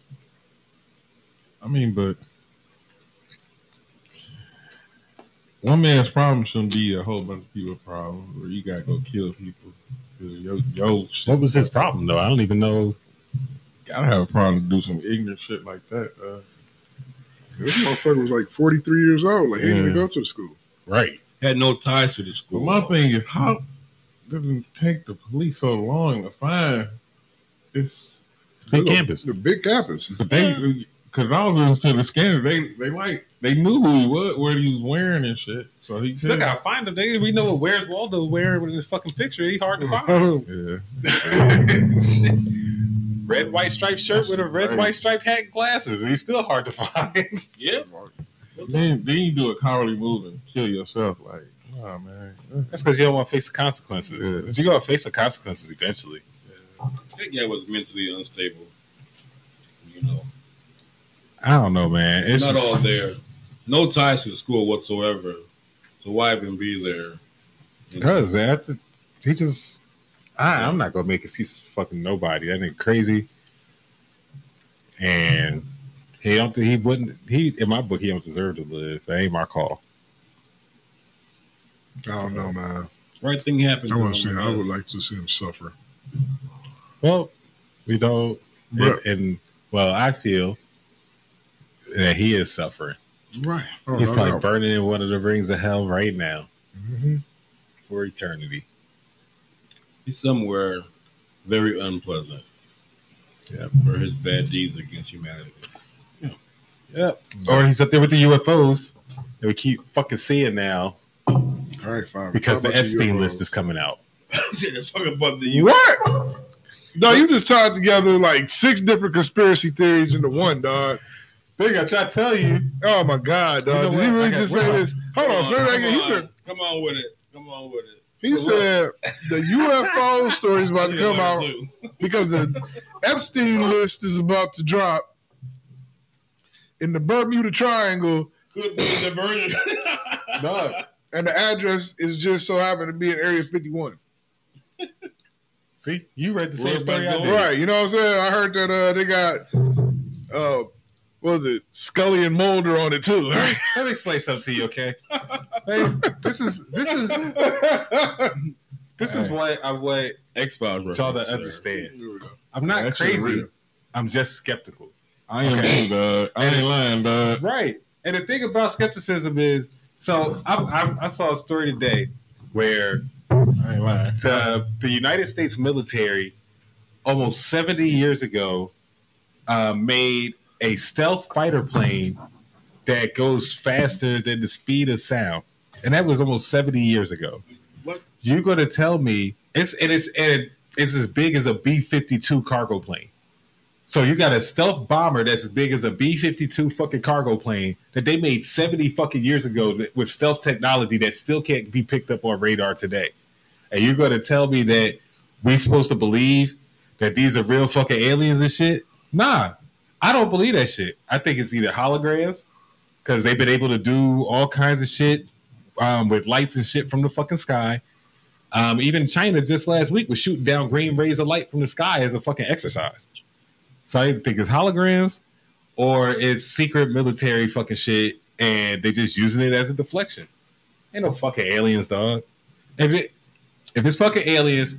I mean, but one man's problem shouldn't be a whole bunch of people's problem, or you gotta go kill people. 'Cause Yo, yo, shit, What was his problem though? I don't even know. gotta have a problem to do some ignorant shit like that. Uh, This motherfucker was like 43 years old. Like, he didn't Yeah. even go to the school. Right. Had no ties to the but school. my thing is, how does it take the police so long to find this? It's a big Look, campus. The big campus. But they, because I was listening to the scanner, they they like they knew who he was, what he was wearing and shit. So he Still couldn't- gotta find him. They, we know where's Waldo wearing in the fucking picture. He hard to find. yeah. Shit. red white striped shirt with a red white striped hat and glasses. He's still hard to find. Yep. Then, then you do a cowardly move and kill yourself. Like, oh man, That's because you don't want to face the consequences. Yeah. But you gonna face the consequences eventually. That guy was mentally unstable. You know, I don't know, man. It's not just- all there. No ties to the school whatsoever. So why even be there? You know, Because man, that's he just. I, I'm not gonna make excuses for fucking nobody. That nigga crazy, and he don't. He wouldn't. He in my book, he don't deserve to live. That ain't my call. I don't know, man. right thing happened. I to want to see. him, I would guess. like to see him suffer. Well, you know, and, But- and well, I feel that he is suffering. Right. Oh, He's no probably doubt. burning in one of the rings of hell right now Mhm. for eternity. He's somewhere very unpleasant. Yeah. For his bad deeds against humanity. Yep. Mm. Or he's up there with the UFOs that we keep fucking seeing now All right, five. because How the about Epstein UFOs? list is coming out. Shit, let's talk about the What? No, you just tied together like six different conspiracy theories into one, dog. Big, I try to tell you. Oh my god, You know dog! Did what? he I really got- just we're say on. this? Hold on, say that again. He said Come on with it. Come on with it. he said the UFO story is about to Yeah, come like, out look, because the Epstein list is about to drop. In the Bermuda Triangle, Could be a diversion. Dog. and the address is just so happened to be in Area 51. See, you read the Where same story I everybody's did. going? Right, you know what I'm saying? I heard that uh, they got, uh, what was it, Scully and Mulder on it too, right? Let me explain something to you, okay? Hey, this is this is this is what I want X Files. y'all to understand. I'm not That shit crazy. real. I'm just skeptical. I ain't Okay. dog. I ain't lying, dog. Right. And the thing about skepticism is, so I, I, I saw a story today where I ain't lying. the the United States military almost 70 years ago uh, made a stealth fighter plane that goes faster than the speed of sound, and that was almost 70 years ago. What? You're gonna tell me it's and it's and it's as big as a B-52 cargo plane. So you got a stealth bomber that's as big as a B-52 fucking cargo plane that they made 70 fucking years ago that- with stealth technology that still can't be picked up on radar today and you're going to tell me that we supposed to believe that these are real fucking aliens and shit? Nah, I don't believe that shit. I think it's either holograms because they've been able to do all kinds of shit um, with lights and shit from the fucking sky. Um, even China just last week was shooting down green rays of light from the sky as a fucking exercise. So I either think it's holograms or it's secret military fucking shit, and they just using it as a deflection. Ain't no fucking aliens, dog. If it if it's fucking aliens,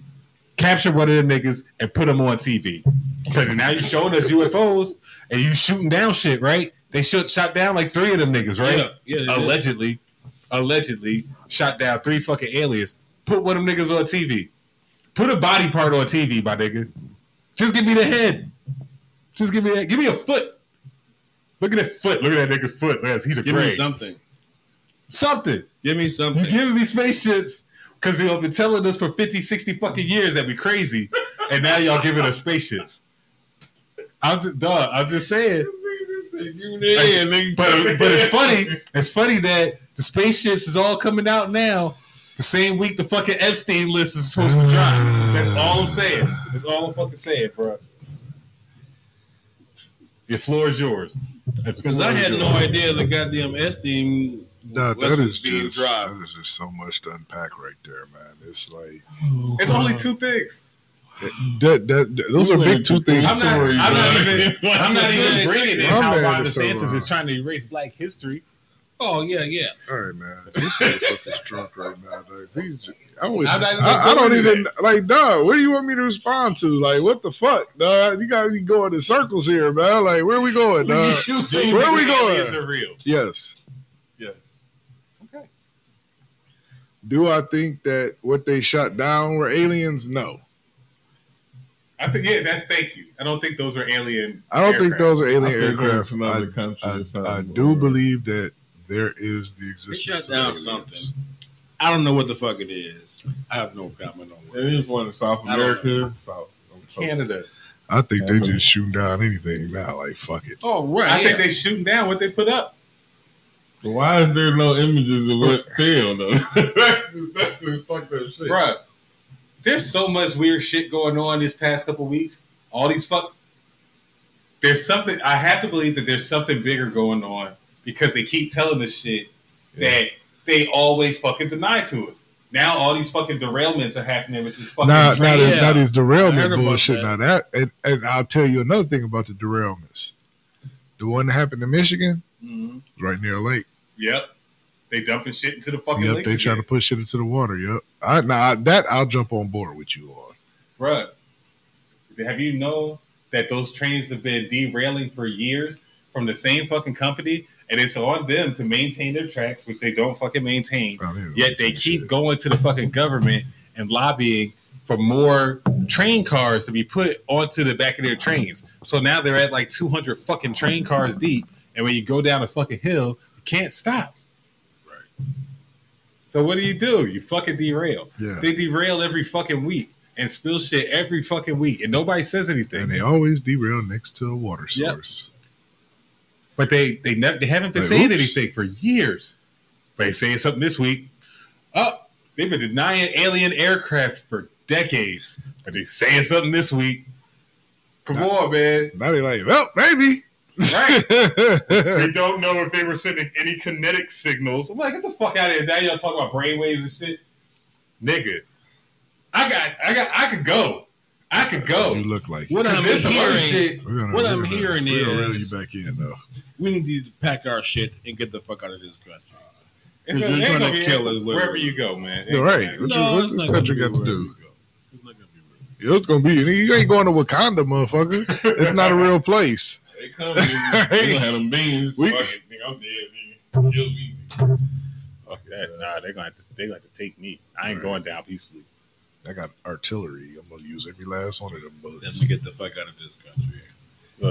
capture one of them niggas and put them on TV. Because now you're showing us UFOs and you shooting down shit, right? They shot shot down like three of them niggas, right? Yeah, yeah, they did. allegedly, allegedly shot down three fucking aliens. Put one of them niggas on TV. Put a body part on TV, my nigga. Just give me the head. Just give me that. Give me a foot. Look at that foot. Look at that nigga's foot. Look at- He's a Give me gray. something. Something. Give me You something. giving me spaceships because y'all been telling us for 50, 60 fucking years that we crazy, and now y'all giving us spaceships. I'm just dog. I'm just saying. Yeah, nigga. But but it's funny. It's funny that the spaceships is all coming out now. The same week the fucking Epstein list is supposed to drop. That's all I'm saying. That's all I'm fucking saying, bro. Your floor is yours. That's- Because I had no idea the goddamn S team Nah, that Lessons is being just dropped. that is just so much to unpack right there, man. It's like It's only two things. that that, that- those are big two things. I'm not- Sorry, I'm not bro. even- I'm not even bringing in My how bad Ron is so DeSantis is wrong. trying to erase Black history. Oh yeah, yeah. All right, man. This motherfucker's drunk right now. Dog. He's just, I, wish, I'm not even I, I gonna don't go into even like, dog. What do you want me to respond to? Like, what the fuck, dog? You gotta be going in circles here, man. Like, where we going, dog? Do you Where think we the going? aliens Are real? yes. Yes. Do I think that what they shot down were aliens? No, I think yeah. That's thank you. I don't think those are alien. I don't think aircraft. those are alien I think aircraft. it's another country I, or something, I or- do believe that there is the existence. shut of down aliens. something. I don't know what the fuck it is. I have no comment on It it. is one in South I don't know. America. South Canada. I think they Yeah. just shooting down anything now. Like, fuck it. Oh right. I think they shooting down what they put up. But Why is there no images of what failed though? that's the- that's the fucked up shit. Bruh, there's so much weird shit going on this past couple weeks. All these fuck. There's something I have to believe that there's something bigger going on because they keep telling us shit that they always fucking deny to us. Now all these fucking derailments are happening with this fucking. Now, train. now, that- this, now this I heard derailment about bullshit. that. Now that, and, and I'll tell you another thing about the derailments. The one that happened in Michigan, Mhm. right near a lake. Yep, they dumping shit into the fucking. Yep, lakes they trying to again. push shit into the water. Yep. I, now I, that I'll jump on board with you on. Bruh, have you know that those trains have been derailing for years from the same fucking company? And it's on them to maintain their tracks, which they don't fucking maintain. I mean, Yet they keep going to the fucking government and lobbying for more train cars to be put onto the back of their trains. So now they're at like 200 fucking train cars deep. And when you go down a fucking hill, you can't stop. So what do you do? You fucking derail. Yeah. They derail every fucking week and spill shit every fucking week, and nobody says anything. And they always derail next to a water Yep. source. but they they never they haven't been Like, saying oops. anything for years. But they saying something this week. Oh, they've been denying alien aircraft for decades, but they saying something this week. Come on, man! Now they like, well, maybe. Right? Right. we don't know if they were sending any kinetic signals. I'm like, get the fuck out of here! Now y'all talking about brainwaves and shit, nigga. I got, I got, I could go, I could go. You look like. What 'Cause I'm there's some other hearing, shit We're gonna- what we're I'm gonna- hearing we're gonna reel you is- back in though. we need to pack our shit and get the fuck out of this country. It's Because gonna- you're ain't trying gonna to be- kill us, wherever literally. you go, man. You're right. What, you, what it's this not gonna country be got to wherever do? we go. It's not gonna be wherever we It's gonna be. You ain't going to Wakanda, motherfucker. It's not a real place. They come in, they gonna have them beans. We- Fuck it, nigga, I'm dead, nigga. Kill me. Fuck that. Nah, they're gonna have to, they're gonna have to take me. I ain't Right. going down peacefully. I got artillery. I'm gonna use every last one of them go. Let's bullets. get the fuck out of this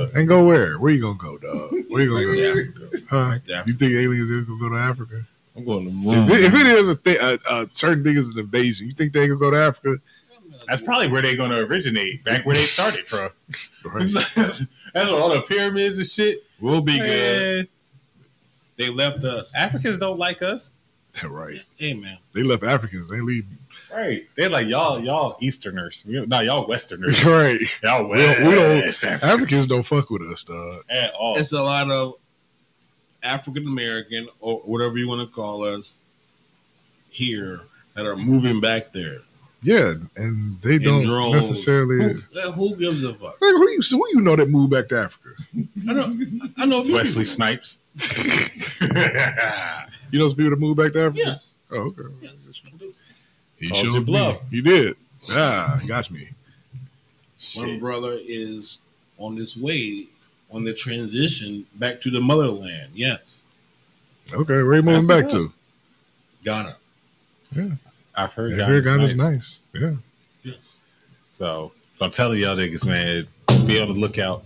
country. And go where? Where you gonna go, dog? Where you Right gonna to go? Africa. Huh? Right to Africa. You think aliens are gonna go to Africa? I'm going to If move. it, if it is a, thing, a, a certain thing is an invasion, you think they gonna go to Africa? That's probably where they're gonna originate, back where they started from. Right. That's where all the pyramids and shit. We'll be good. Man, They left us. Africans don't like us. right. Hey man, They left Africans. They leave. Right. They like y'all, y'all Easterners. We- No, y'all Westerners. Right. Y'all We don't- we don't- West Africans. Africans don't fuck with us, dog. at all. it's a lot of African American or whatever you want to call us here that are moving back there. Yeah, and they And don't drones. necessarily. Who, uh, who gives a fuck? Like, who you who you know that moved back to Africa? I know. I know. A few Wesley people. Snipes. You know some people that moved back to Africa. Yes. Oh, okay. yes. He Called showed your me. bluff. He did. Ah, got me. One Shit. brother is on his way on the transition back to the motherland. Yes, Okay, where you moving That's back what's to? Ghana. I've heard Yeah, Ghana's, Ghana's nice. nice. Yeah. Yes. So I'm telling y'all niggas, man, be on the lookout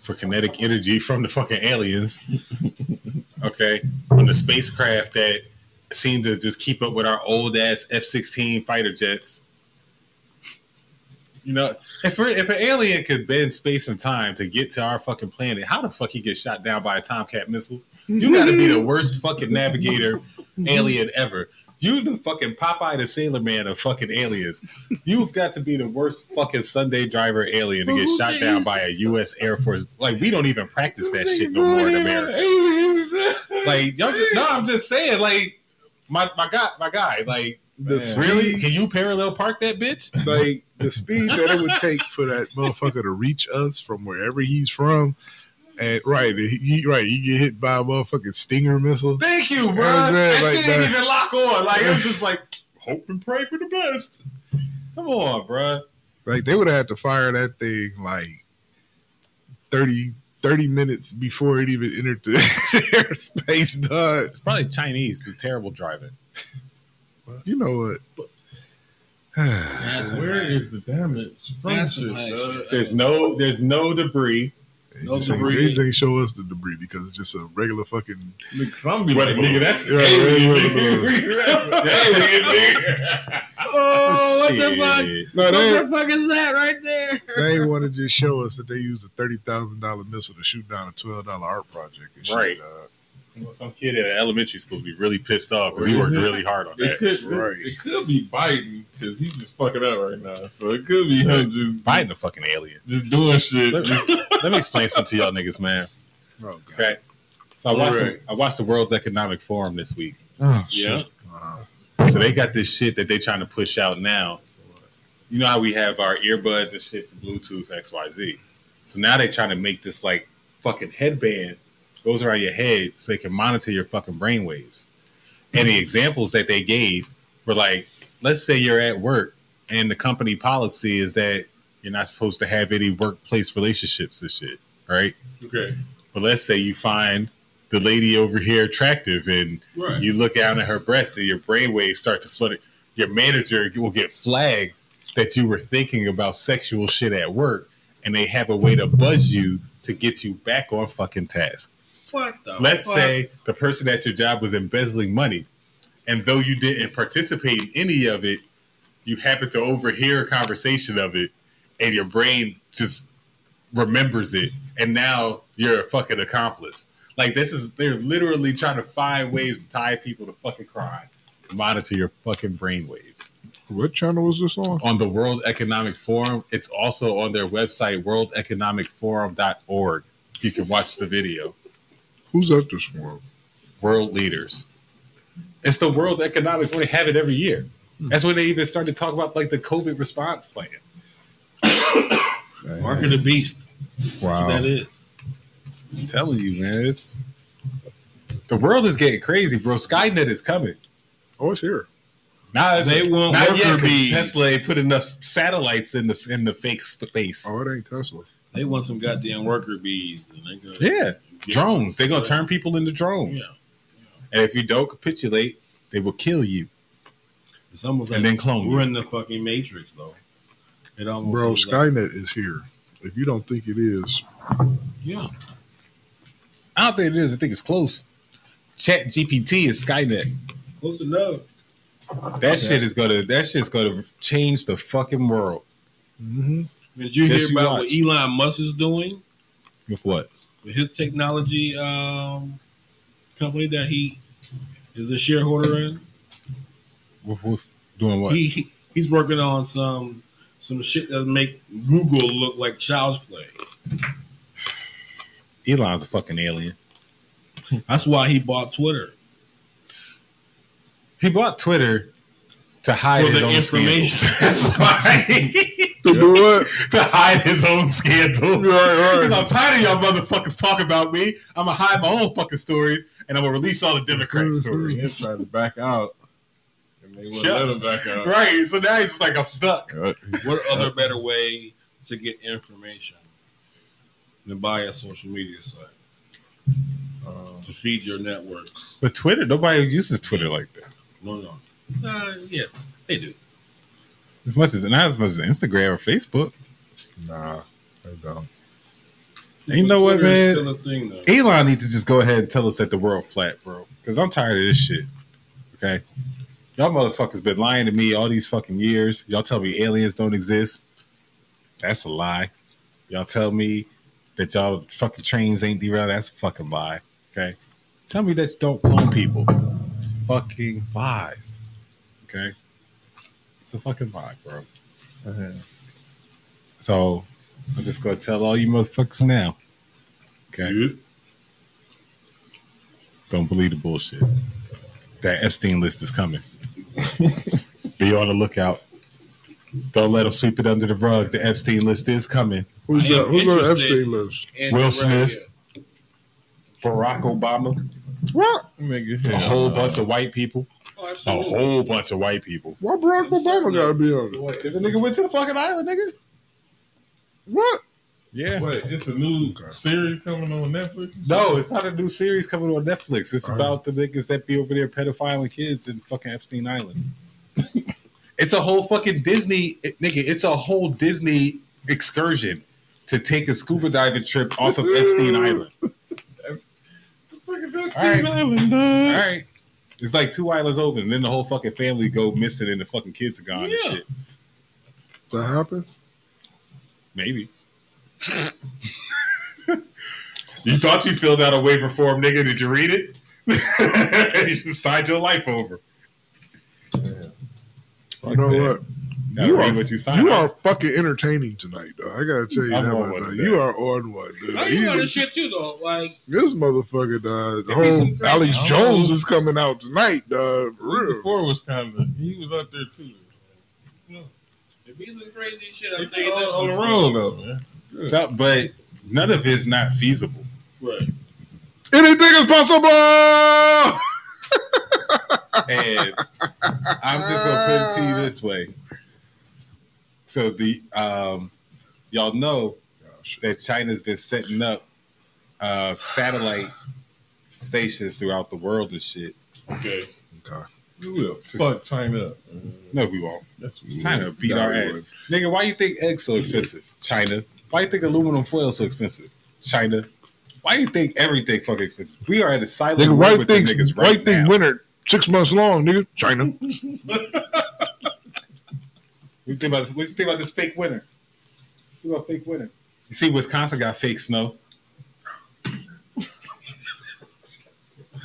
for kinetic energy from the fucking aliens. okay. On the spacecraft that seem to just keep up with our old ass F 16 fighter jets. You know, if, we're- if an alien could bend space and time to get to our fucking planet, how the fuck he get shot down by a Tomcat missile? You gotta be the worst fucking navigator alien ever. You the fucking Popeye the Sailor Man of fucking aliens. You've got to be the worst fucking Sunday driver alien to get Who shot said- down by a U.S. Air Force. Like we don't even practice that shit no more in America. Like y'all just, no, I'm just saying. Like my my guy, my guy. Like The Man. speed, really, can you parallel park that bitch? like the speed that it would take for that motherfucker to reach us from wherever he's from, and right, he, right, you get hit by a motherfucking stinger missile. Thank you, bro. Yeah, I'm That saying, like shit didn't that. even lock on. Like it was just like hope and pray for the best. Come on, bro. Like they would have had to fire that thing like 30, 30 minutes before it even entered the airspace. Dog, It's probably Chinese. It's terrible driving. you know what? That's Where right. is the damage from That's shit? some high dog? shit. There's no there's no debris. No They ain't- debris. They ain't show us the debris because it's just a regular fucking. Look, 'cause I'm be Right, like, nigga, nigga, that's- that's Right, right, Oh, what the fuck? No, What they, the fuck is that right there? they want to just show us that they used a thirty thousand dollar missile to shoot down a twelve dollar art project. And shit, Right. dog. Some kid at elementary school would be really pissed off because he worked really hard on It that. could, Right. it, could be Biden because he's just fucking up right now. So it could be him just Biden a fucking alien. just doing shit. Let me, let me explain something to y'all niggas, man. Oh god. Okay. So I watched, Alright. the, I watched the World Economic Forum this week. Oh Yeah. shit. Wow. So they got this shit that they trying to push out now. You know how we have our earbuds and shit for Bluetooth XYZ. So now they trying to make this like fucking headband goes around your head so they can monitor your fucking brainwaves. And the examples that they gave were like, let's say you're at work and the company policy is that you're not supposed to have any workplace relationships and shit, right? Okay, But let's say you find the lady over here attractive and right. you look down at her breast and your brainwaves start to flutter. Your manager will get flagged that you were thinking about sexual shit at work, and they have a way to buzz you to get you back on fucking task. What the Let's fuck? say the person at your job was embezzling money, and though you didn't participate in any of it, you happen to overhear a conversation of it, and your brain just remembers it, and now you're a fucking accomplice. Like this is they're literally trying to find ways to tie people to fucking crime. Monitor your fucking brain waves. What channel was this on? On the World Economic Forum, it's also on their website, worldeconomicforum.org. You can watch the video Who's at this forum? world leaders. It's the World Economic Forum. They have it every year. Hmm. That's when they even started talking about like the COVID response plan. Mark of the Beast. That's what that is. I'm telling you, man, it's the world is getting crazy, bro. Skynet is coming. Oh, it's here. Now it's They want not yet worker 'cause bees. Tesla ain't put enough satellites in the in the fake space. Oh, it ain't Tesla. They want some goddamn worker bees. And they gonna Yeah, Yeah. drones. They're gonna turn people into drones, Yeah. and if you don't capitulate, they will kill you. It's almost like And then clone We're you. in the fucking matrix, though. It almost Bro, is like- Skynet is here. If you don't think it is, yeah. I don't think it is. I think it's close. Chat GPT is Skynet. Close enough. That shit is gonna that shit's gonna change the fucking world. Mm-hmm. Did you Just hear about watch. what Elon Musk is doing With what? with his technology um, company that he is a shareholder in? With, with doing what? He, he he's working on some some shit that make Google look like child's play. Elon's a fucking alien. That's why he bought Twitter He bought Twitter to hide For his the own information. scandals. That's why. to do what? to hide his own scandals. Right, right. Because I'm tired of y'all motherfuckers talking about me. I'm gonna hide my own fucking stories, and I'm gonna release all the Democrat Mm-hmm. He's stories. trying to back out, and they wouldn't Yeah. let him back out. right. So now he's just like, I'm stuck. Right. What other better way to get information than buy a social media site Um, to feed your networks? But Twitter, nobody uses Twitter like that. No, no. Uh, yeah, they do. As much as not as much as Instagram or Facebook. Nah, I don't. And you know what, Twitter is man? Still a thing, though. Elon needs to just go ahead and tell us that the world flat, bro. Because I'm tired of this shit. Okay, y'all motherfuckers been lying to me all these fucking years. Y'all tell me aliens don't exist. That's a lie. Y'all tell me that y'all fucking trains ain't derailed. That's a fucking lie. Okay, tell me that you don't clone people. Fucking lies. Okay, it's a fucking lie, bro. So I'm just gonna tell all you motherfuckers now. Okay. Dude. Don't believe the bullshit. That Epstein list is coming. Be on the lookout. Don't let them sweep it under the rug. The Epstein list is coming. Who's I that? am Who's on interested. Epstein list? And Will right Smith. here. Barack Obama, What? Nigga, a hell whole nah. bunch of white people, Oh, a absolutely. whole bunch of white people. Why Barack Obama gotta be on it? Boy, Cause the nigga went to the fucking island, nigga. What? Yeah. What? It's a new series coming on Netflix. No, it's not a new series coming on Netflix. It's All right. about the niggas that be over there pedophiling kids in fucking Epstein Island. it's a whole fucking Disney it- nigga. It's a whole Disney excursion to take a scuba diving trip off of Epstein Island. Fucking Epstein right. Island, dog. All right. It's like two islands over, and then the whole fucking family go missing, and the fucking kids are gone Yeah. and shit. That happened? Maybe. you thought you filled out a waiver form, nigga? Did you read it? you just signed your life over. You know that. what? Gotta You read are- what you signed. You up. are fucking entertaining tonight, though. I gotta tell you I'm that on much, one dog. today. You are on one, dude. No, you You- know this shit too, though. Like, this motherfucker, dog. The Give me some whole crack Alex now. Jones is coming out tonight, dog. For Real. real. Before was kind of he was up there too. No, if he's some crazy shit, I'm on, thinking that's on the road though, man. It's up, but none of it's not feasible. Right. Anything is possible. And I'm just gonna put it to you this way. So the um, y'all know that China's been setting up uh, satellite stations throughout the world and shit. Okay. You will fuck China up. man. No, we won't. That's China beat Nah, our we ass, nigga. Why you think eggs so expensive? China. Why you think aluminum foil so expensive? China. Why you think everything fucking expensive? We are at a silent Nigga, war white with the things, niggas right white thing now. winter, six months long, nigga. China. What you think about this? What you think about this fake winter? What about fake winter? You see, Wisconsin got fake snow. oh,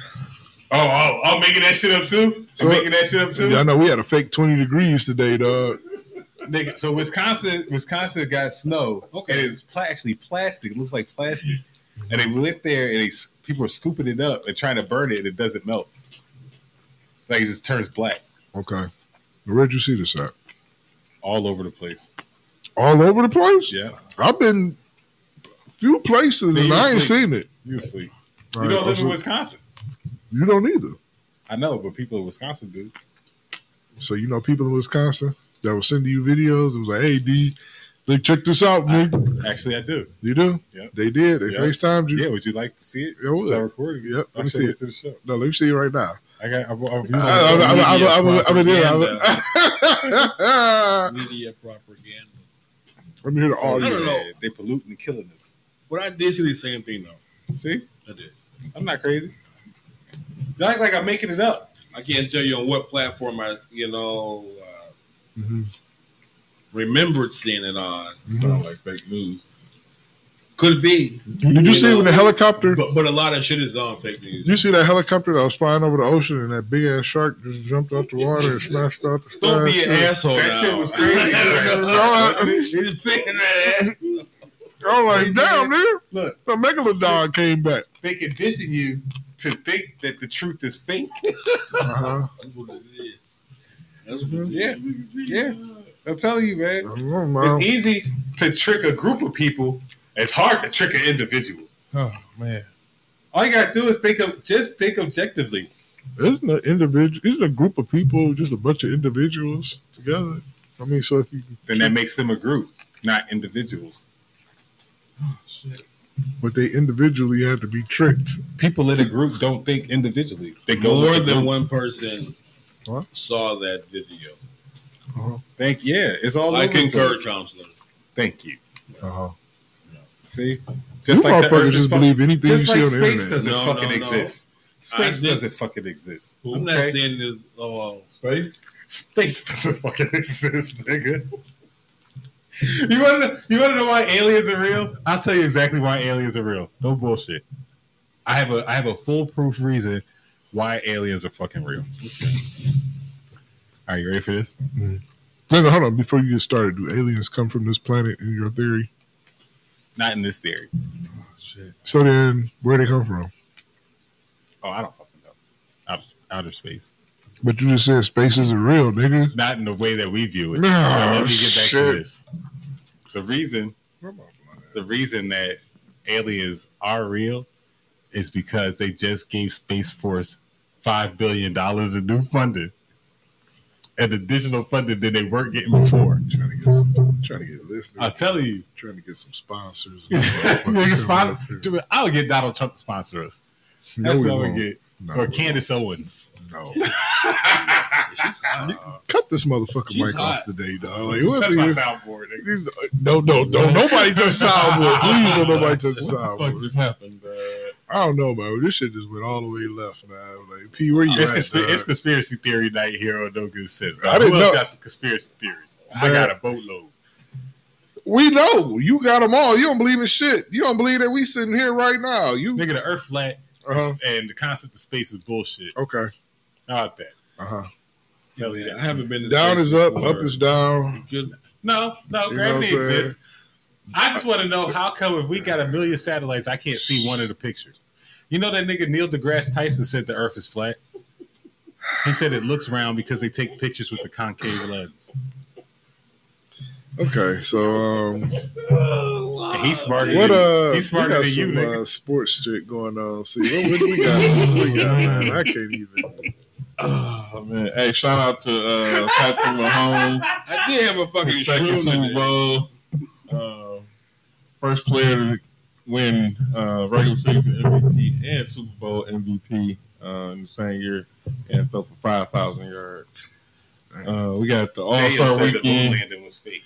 oh, I'm making that shit up too. So- I'm making that shit up too. Yeah, I know we had a fake twenty degrees today, dog. Nigga, so Wisconsin, Wisconsin got snow. Okay. and it was pla- actually plastic. It looks like plastic. And they went there, and they s- people are scooping it up and trying to burn it, and it doesn't melt. Like it just turns black Okay. Where'd you see this at? all over the place. All over the place. Yeah, I've been few places Then and you I ain't sleep. seen it. you asleep. All you right, don't live in also- Wisconsin. you don't either. I know, but people in Wisconsin do. So you know people in Wisconsin that will send you videos and was like, "Hey, D, like check this out, nigga." Actually, I do. You do? Yep. They did. They Yep. FaceTimed you. Yeah, would you like to see it? Yeah, I would. It's on recording. Yep. Let I'll me show see you it. to the show. No, let me see it right now. I got. I'm, I'm using I- social I- I- media I- I- I- I- I- propaganda. I- Media propaganda. Let me hear the So, I audio. don't know. yeah, They polluting and killing us. But I did see the same thing, though. See, I did. I'm not crazy. Y'all act like I'm making it up. I can't tell you on what platform I, you know, uh, Mhm. remembered seeing it on. mm-hmm, Mm-hmm. sound like fake news. Could be. Did you see when the helicopter? But, but a lot of shit is on fake news. You see that helicopter that was flying over the ocean and that big ass shark just jumped out the water and smashed out the sky? Don't be an and Uh, shit? asshole. That now. shit was crazy. Wasn't it? She's thinking that ass. I'm like, damn, nigga, Look, the megalodon came back. they condition you to think that the truth is fake. Uh-huh. That's what it is. That's what it Yeah. is. Yeah. I'm telling you, man. Oh, man. It's easy to trick a group of people. It's hard to trick an individual. Oh man, All you gotta do is think of just think objectively. Isn't an individual? Isn't a group of people just a bunch of individuals together? I mean, so if you Then that makes them a group, not individuals. but they individually had to be tricked. People in a group don't think individually. They go with More the than group. one person What? saw that video. Thank yeah, it's all I over the concur, place. Chancellor. Thank you. Uh-huh. See, Just just you like the motherfuckers earth is just fucking, believe anything you just see like on the space internet. doesn't No, no, fucking no. exist. Space did- doesn't fucking exist. I'm not Okay? saying this. Oh, space. Space doesn't fucking exist, nigga. You wanna know, you wanna know why aliens are real? I'll tell you exactly why aliens are real. No bullshit. I have a I have a foolproof reason why aliens are fucking real. Are you ready for this? No, no, hold on. Before you get started, do aliens come from this planet in your theory? Not in this theory. Oh, shit. So then, where they come from? Oh, I don't fucking know. Out- Outer space, But you just said space isn't real, nigga. not in the way that we view it. No, Now, let me get back to shit. this. The reason, the reason that aliens are real is because they just gave Space Force five billion dollars in new funding, and additional funding that they weren't getting before. Trying to get some, trying to get listeners, I'm telling you, trying to get some sponsors. nigga, sponsor, dude, I'll get Donald Trump to sponsor us. No, That's we what I would won't. get, No, we or Candace Owens. won't. She's hot. No. Cut this motherfucking She's mic hot. off today, dog. Like, what's That's my the- soundboard. nigga. these- No, no, don't nobody touch soundboard. Please don't nobody touch the What the fuck soundboard. just happened? Uh, I don't know, man. This shit just went all the way left, man. Like, P, where you It's, at? consp- dog? it's conspiracy theory night here on No Good Sense. I Dog. didn't Who else know- got some conspiracy theories? I Man. got a boatload. we know you got them all. You don't believe in shit. You don't believe that we sitting here right now. You Nigga, the Earth flat uh-huh. and the concept of space is bullshit. okay? How about that? Uh huh. Tell you I that. haven't been to Down space is up, before. up is down. Good. No, no, You know gravity what I'm saying? exists. I just want to know how come if we got a million satellites, I can't see one in the picture. You know that nigga Neil deGrasse Tyson said the Earth is flat. He said it looks round because they take pictures with the concave lens. Okay, so um, And he's smarter. what than, uh, he's smarter we got than you, some, nigga. uh, sports shit going on. See what, what we got? What we got, man? I can't even. oh man! Hey, shout out to uh, Patrick Mahomes. I did have a fucking his second shroom Super today. Bowl. Uh, first player to win uh, regular season MVP and Super Bowl MVP uh, in the same year and throw for 5,000 yards. Uh, we got the All Dale said Star the moon weekend. landing was fake.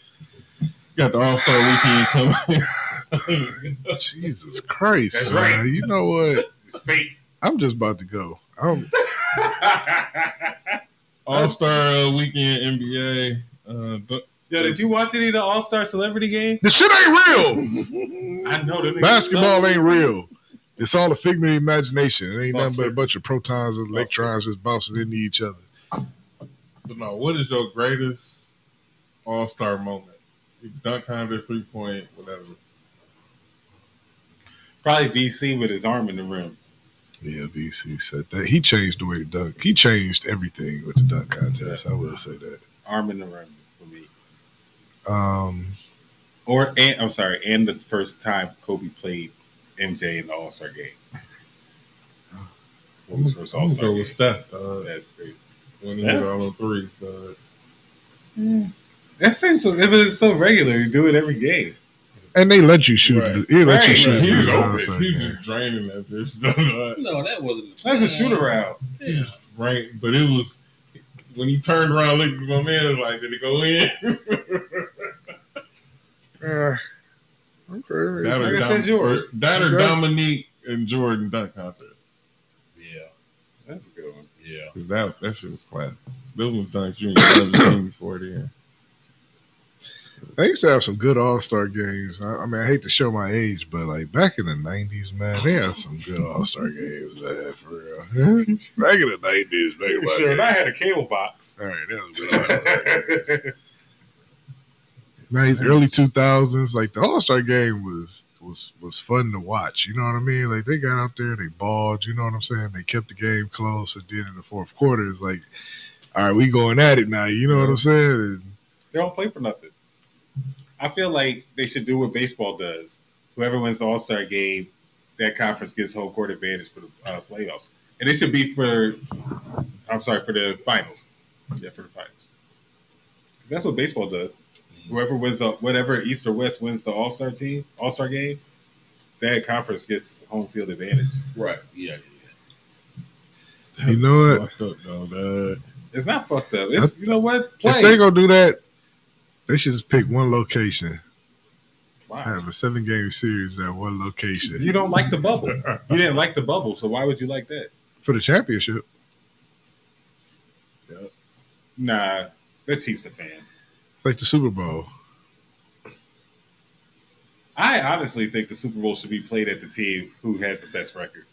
got the All Star weekend coming. Jesus Christ, That's man. right. You know what? It's fake. I'm just about to go. I'm, All Star weekend NBA. Uh, but Yo, did you watch any of the All Star Celebrity Game? the shit ain't real. I know the Basketball ain't real. It's all a figment of imagination. It ain't It's all nothing but a circular. bunch of protons and all electrons just bouncing into each other. But no, what is your greatest All Star moment? Dunk contest, three point, whatever. probably VC with his arm in the rim. Yeah, VC said that. He changed the way to dunk. He changed everything with the dunk contest. I will say that. Arm in the rim for me. Um, Or and I'm sorry, and the first time Kobe played MJ in the All Star game. What was first All I'm Star gonna go game? with Steph. Uh, That's crazy. when he Steph? was all on three. Uh, That seems so. It was so regular. You do it every game. and they let you shoot. Right. They let you Right, shoot. right. he the was dunk open. He was contest. just draining that bitch. No, that wasn't. That's a shoot around. Yeah. right, but it was when he turned around, looked at my man, like, did it go in? Yeah. Okay. That Like I or said, yours. That or Okay. Dominique and Jordan dunk contest. Yeah, that's a good one. Yeah. 'Cause That that shit was classic. Those was dunks you ain't never seen before then. They used to have some good All Star games. I, I mean, I hate to show my age, but like back in the nineties, man, they had some good All Star games. Man, for real, back in the nineties, back in my Sure, day. and I had a cable box. All right, that was good All-Star games. Nice early two thousands, like the All Star game was was was fun to watch. You know what I mean? Like they got out there, they balled. You know what I'm saying? They kept the game close, and then in the fourth quarter, it's like, all right, we going at it now. You know what I'm saying? And They don't play for nothing. I feel like they should do what baseball does. Whoever wins the All Star game, that conference gets home court advantage for the uh, playoffs, and it should be for. I'm sorry for the finals. Yeah, for the finals. 'Cause that's what baseball does. Mm-hmm. Whoever wins the whatever East or West wins the All Star team All Star game, that conference gets home field advantage. Right. Yeah. That You was know what? Fucked up, though, dog. It's not fucked up. It's you know what if they play. gonna do that, they should just pick one location. Wow. have a seven game series at one location You don't like the bubble. You didn't like the bubble, so why would you like that? for the championship. Nah, that cheats the fans. It's like the Super Bowl. I honestly think the Super Bowl should be played at the team who had the best record.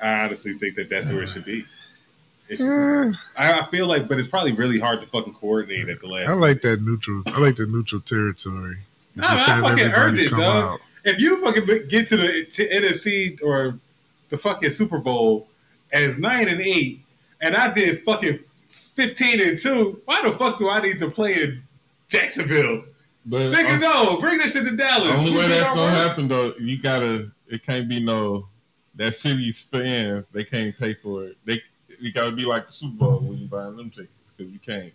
I honestly think that that's where it should be. It's, Eh, I I feel like, but it's probably really hard to fucking coordinate at the last. I like that neutral. I like the neutral territory. You Nah, just man, I have fucking everybody earned it, come dog. out. If you fucking be- get to the Ch- NFC or the fucking Super Bowl as nine and eight, and I did fucking fifteen and two. Why the fuck do I need to play in Jacksonville? But Nigga, no, bring that shit to Dallas. The Uh, only We way did that's our gonna work. happen though, you gotta. It can't be no. That city fans, they can't pay for it. They you gotta be like the Super Bowl when you buying them tickets because you can't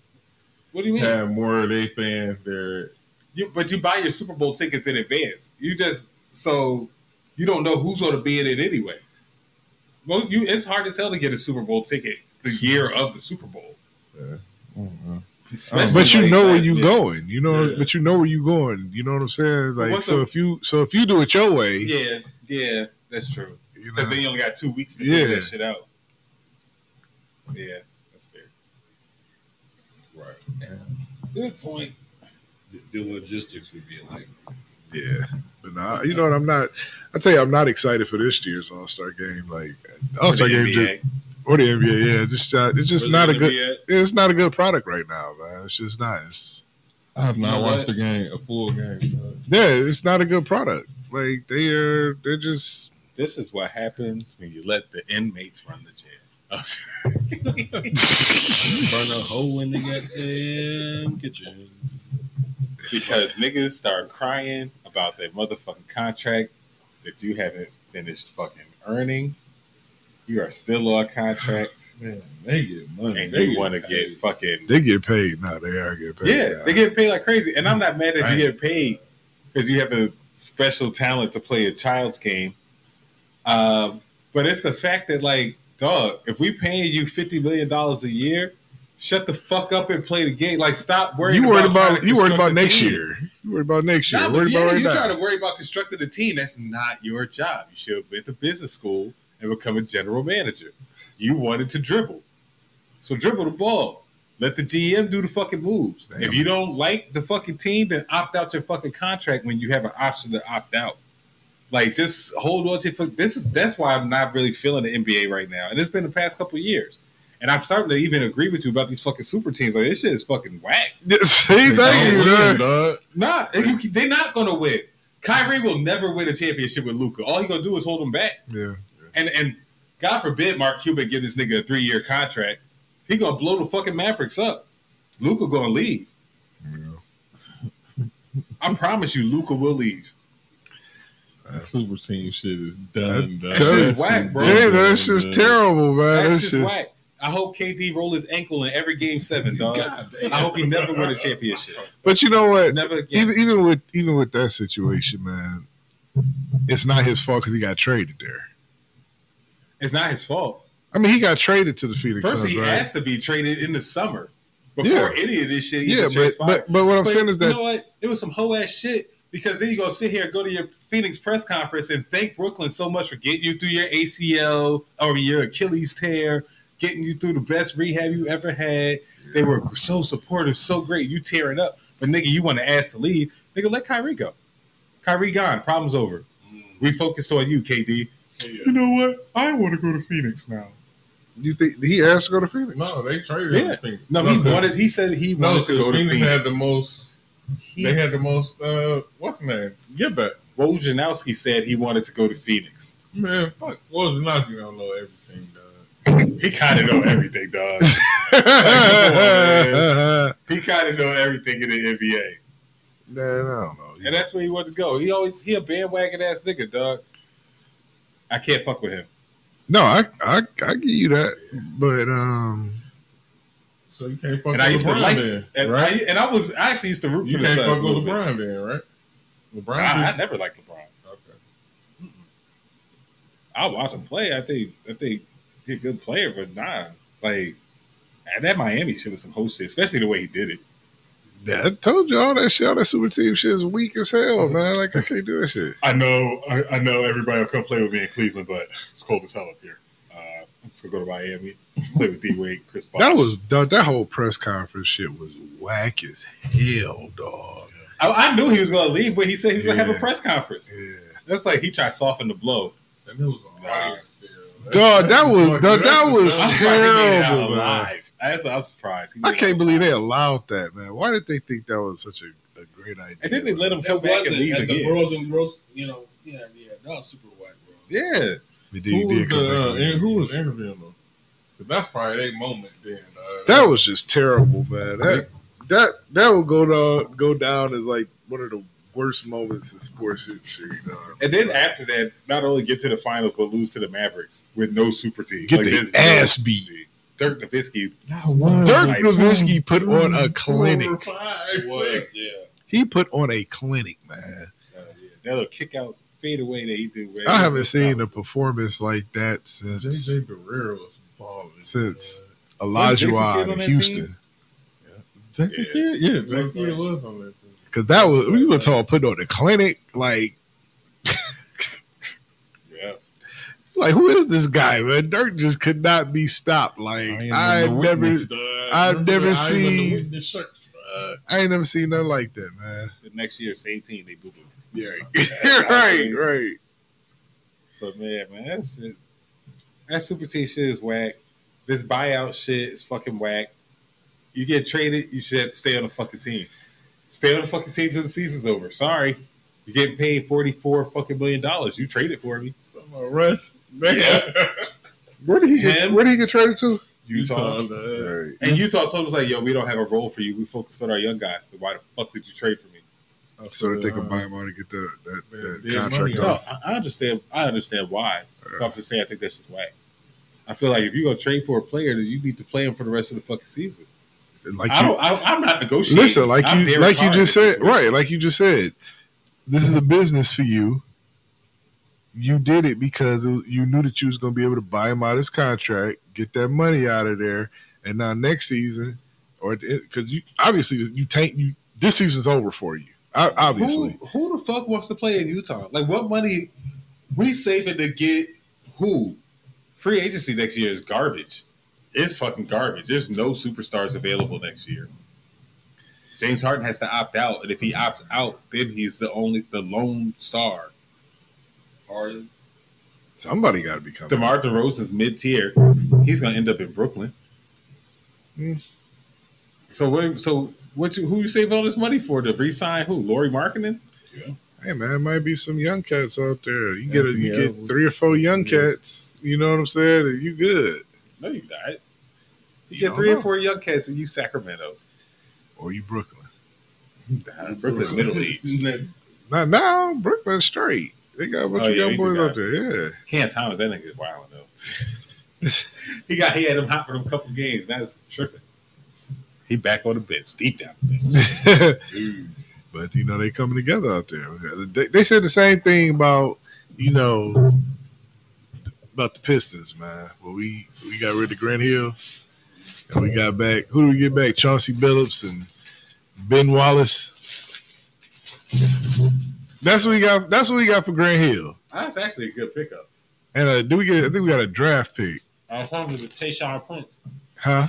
What do you mean? have more of their fans there. You, but you buy your Super Bowl tickets in advance. You just so you don't know who's going to be in it anyway. Most you, it's hard as hell to get a Super Bowl ticket the year of the Super Bowl. Especially but you like know where last you minute. going. You know, Yeah. but you know where you going. You know what I'm saying? Like, What's so up? if you so if you do it your way, Yeah, yeah, that's true. you know, Because then you only got two weeks to Yeah. figure that shit out. Yeah, that's fair. Right. Good point. The, the logistics would be like yeah. But nah, you know what? I'm not. I tell you, I'm not excited for this year's All Star game. Like All Star For the game just, NBA. or the NBA. Yeah, just uh, it's just Where's not it a gonna good. be at? It's not a good product right now, man. It's just not. It's, I have not know watched what? the game, a full game. yeah, it's not a good product. Like they are. They're just. This is what happens when you let the inmates run the jail. Oh, burn a hole in the goddamn kitchen. because niggas start crying about their motherfucking contract that you haven't finished fucking earning. You are still on contract, Man, they get money. and They you get want to paid. get fucking They get paid. No, they are getting paid. yeah, they get paid like crazy. And I'm not mad that Right. you get paid because you have a special talent to play a child's game. Um, but it's the fact that like, dog, if we paying you fifty million dollars a year, shut the fuck up and play the game. Like, stop worrying. you worried trying about, to you worried construct about a next team. year. You worried about next year. Nah, but worried yeah, about right you try now. to worry about constructing a team. That's not your job. You should have been to business school and become a general manager. You wanted to dribble. So dribble the ball. Let the GM do the fucking moves. Damn. If you don't like the fucking team, then opt out your fucking contract when you have an option to opt out. Like just hold on to your foot. This is that's why I'm not really feeling the NBA right now. And it's been the past couple of years. And I'm starting to even agree with you about these fucking super teams. Like this shit is fucking whack. Yeah, See, They thank you, don't win, man. dog. Nah, you, they're not gonna win. Kyrie will never win a championship with Luca. All he gonna do is hold him back. Yeah. And and God forbid Mark Cuban give this nigga a three year contract. He gonna blow the fucking Mavericks up. Luca gonna leave. I promise you, Luca will leave. That super team shit is done. dog. that shit is That's whack, bro. Yeah, done, that's just dog. terrible, man. That's That's just just, whack. I hope KD roll his ankle in every game seven, dog. damn. I hope he never win a championship. but you know what? Never again. Even even with even with that situation, man, it's not his fault because he got traded there. It's not his fault. I mean, he got traded to the Phoenix First, Suns, he right? has to be traded in the summer before any of this shit. even yeah, but, transpired. but but what I'm But saying is you that know what? It was some hoe ass shit because then you go sit here and go to your Phoenix press conference and thank Brooklyn so much for getting you through your ACL or your Achilles tear, getting you through the best rehab you ever had. They were so supportive, so great. You tearing up, but nigga, you want to ask to leave. Nigga, let Kyrie go. Kyrie gone. Problem's over. We focused on you, KD. You know what? I want to go to Phoenix now. you think he asked to go to Phoenix? No, they traded Yeah. everything. No, he because- wanted. He said he No, wanted to because go to Phoenix Phoenix. had the most. They had He's- the most. Uh, what's the name? Get back, Wojnarowski said he wanted to go to Phoenix. man. Fuck, Wojnarowski don't know everything, dog. He kind of know everything, dog. man. he kind of know everything in the NBA, Man, I don't know. and that's where he wants to go. He always he a bandwagon ass nigga, dog. I can't fuck with him. No, I, I I give you that, but um, So you can't fuck And with I used to LeBron like, then, and, right? I, and I was I actually used to root you for the can't Suns. fuck a with little bit. LeBron then, right? LeBron. I, I just- never liked LeBron. okay. I watch him play. I think I think he's a good player, but nah, like and that Miami shit was some whole shit, especially the way he did it. I told you all that shit, all that super team shit is weak as hell, man. Like I can't do that shit. I know I, I know everybody will come play with me in Cleveland, but it's cold as hell up here. Uh, I'm just gonna go to Miami, play with D Wade, Chris. Bosh. That was dog, that whole press conference shit was whack as hell, dog. I, I knew he was gonna leave, but he said he was gonna have Yeah. a press conference. Yeah, That's like he tried to soften the blow. And it was a Nah. riot, yeah. Dog, That's that was- fucking- dog, that that's a was dumb- surprised he made it out Terrible, man. alive. That's, I was surprised. He made I it can't out believe they alive. allowed that, man. Why did they think that was such a, a great idea? And then they let him come That back and wasn't leave at the again. Bros and Bros. You know, yeah, yeah, that was super white, bro. Yeah, He did- he Who was, did come the, uh, back. and who was interviewing them? 'Cause that's probably their moment then. Uh, that was just terrible, man. That that that will go down go down as like one of the worst moments in sports history. Dog. And then after that, not only get to the finals, but lose to the Mavericks with no super team. Get their this- ass beat. Dirk Nowitzki. Dirk Like, Nowitzki put on a clinic. was, yeah. He put on a clinic, man. uh, yeah, that little kick out fade away that he did. man. I haven't seen a performance like that since JJ Barrera was balling. Since- man. Jason Kidd Olajuwon on in that Houston. team? Jackson Yeah. Kidd? Yeah, Jackson Was Kidd nice. was on that team. Cause that was we were talking put on a clinic. Like Yeah. like who is this guy, man? Dirk just could not be stopped. Like I never I've never seen- the shirts. Uh, I ain't never seen nothing like that, man. The next year, same team, they boo boo. Yeah. right, right. But man, man, that shit, that super team shit is whack. This buyout shit is fucking whack. You get traded, you should stay on the fucking team. Stay on the fucking team till the season's over. Sorry, you're getting paid forty four fucking million dollars. You traded for me, Talking about Russ. Man. Where did he get Him? where did he get traded to? Utah. man. And Utah told us like, yo, we don't have a role for you. We focused on our young guys. Then why the fuck did you trade for me? So that they can Uh, buy him out and get the, that, Man, that big contract money. No, off. I, I understand. I understand why. But I'm just saying, I think that's just whack. I feel like if you're gonna trade for a player, then you need to play him for the rest of the fucking season. Like I you, don't. I, I'm not negotiating. listen, like I'm you Derek like Carr you in just this said, right, like you just said, this is a business for you. You did it because it- you knew that you was going to be able to buy him out his contract, get that money out of there, and now next season, or because you obviously you tank you this season's over for you. I, obviously, Who, who the fuck wants to play in Utah? Like, what money we saving to get who? Free agency next year is garbage. It's fucking garbage. There's no superstars available next year. James Harden has to opt out, and if he opts out, then he's the only the lone star. Harden. somebody got to be coming. DeMar DeRozan's mid tier. He's gonna end up in Brooklyn. Hmm. Mm. So what? So what? You, who you save all this money for? To re-sign who? Lori Markkinen? Hey man, it might be some young cats out there. You get a, you Yeah. get three or four young Yeah. cats. You know what I'm saying? and You good, No, you not. You You get don't three know. or four young cats, and you Sacramento, or you Brooklyn? Brooklyn Middle East. Not now. Brooklyn straight. They got a bunch Oh, of yeah, young they do boys got- out there. Yeah. Cam Thomas, that nigga wild though. he got he had him hot for them couple games. That's tripping. He back on the bench, deep down the bench. but you know they coming together out there. They, they said the same thing about you know about the Pistons, man. Well, we we got rid of Grant Hill, and we got back who do we get back? Chauncey Billups and Ben Wallace. That's what we got. That's what we got for Grant Hill. That's actually a good pickup. And uh, do we get? I think we got a draft pick, I was talking to Tayshawn Prince, huh?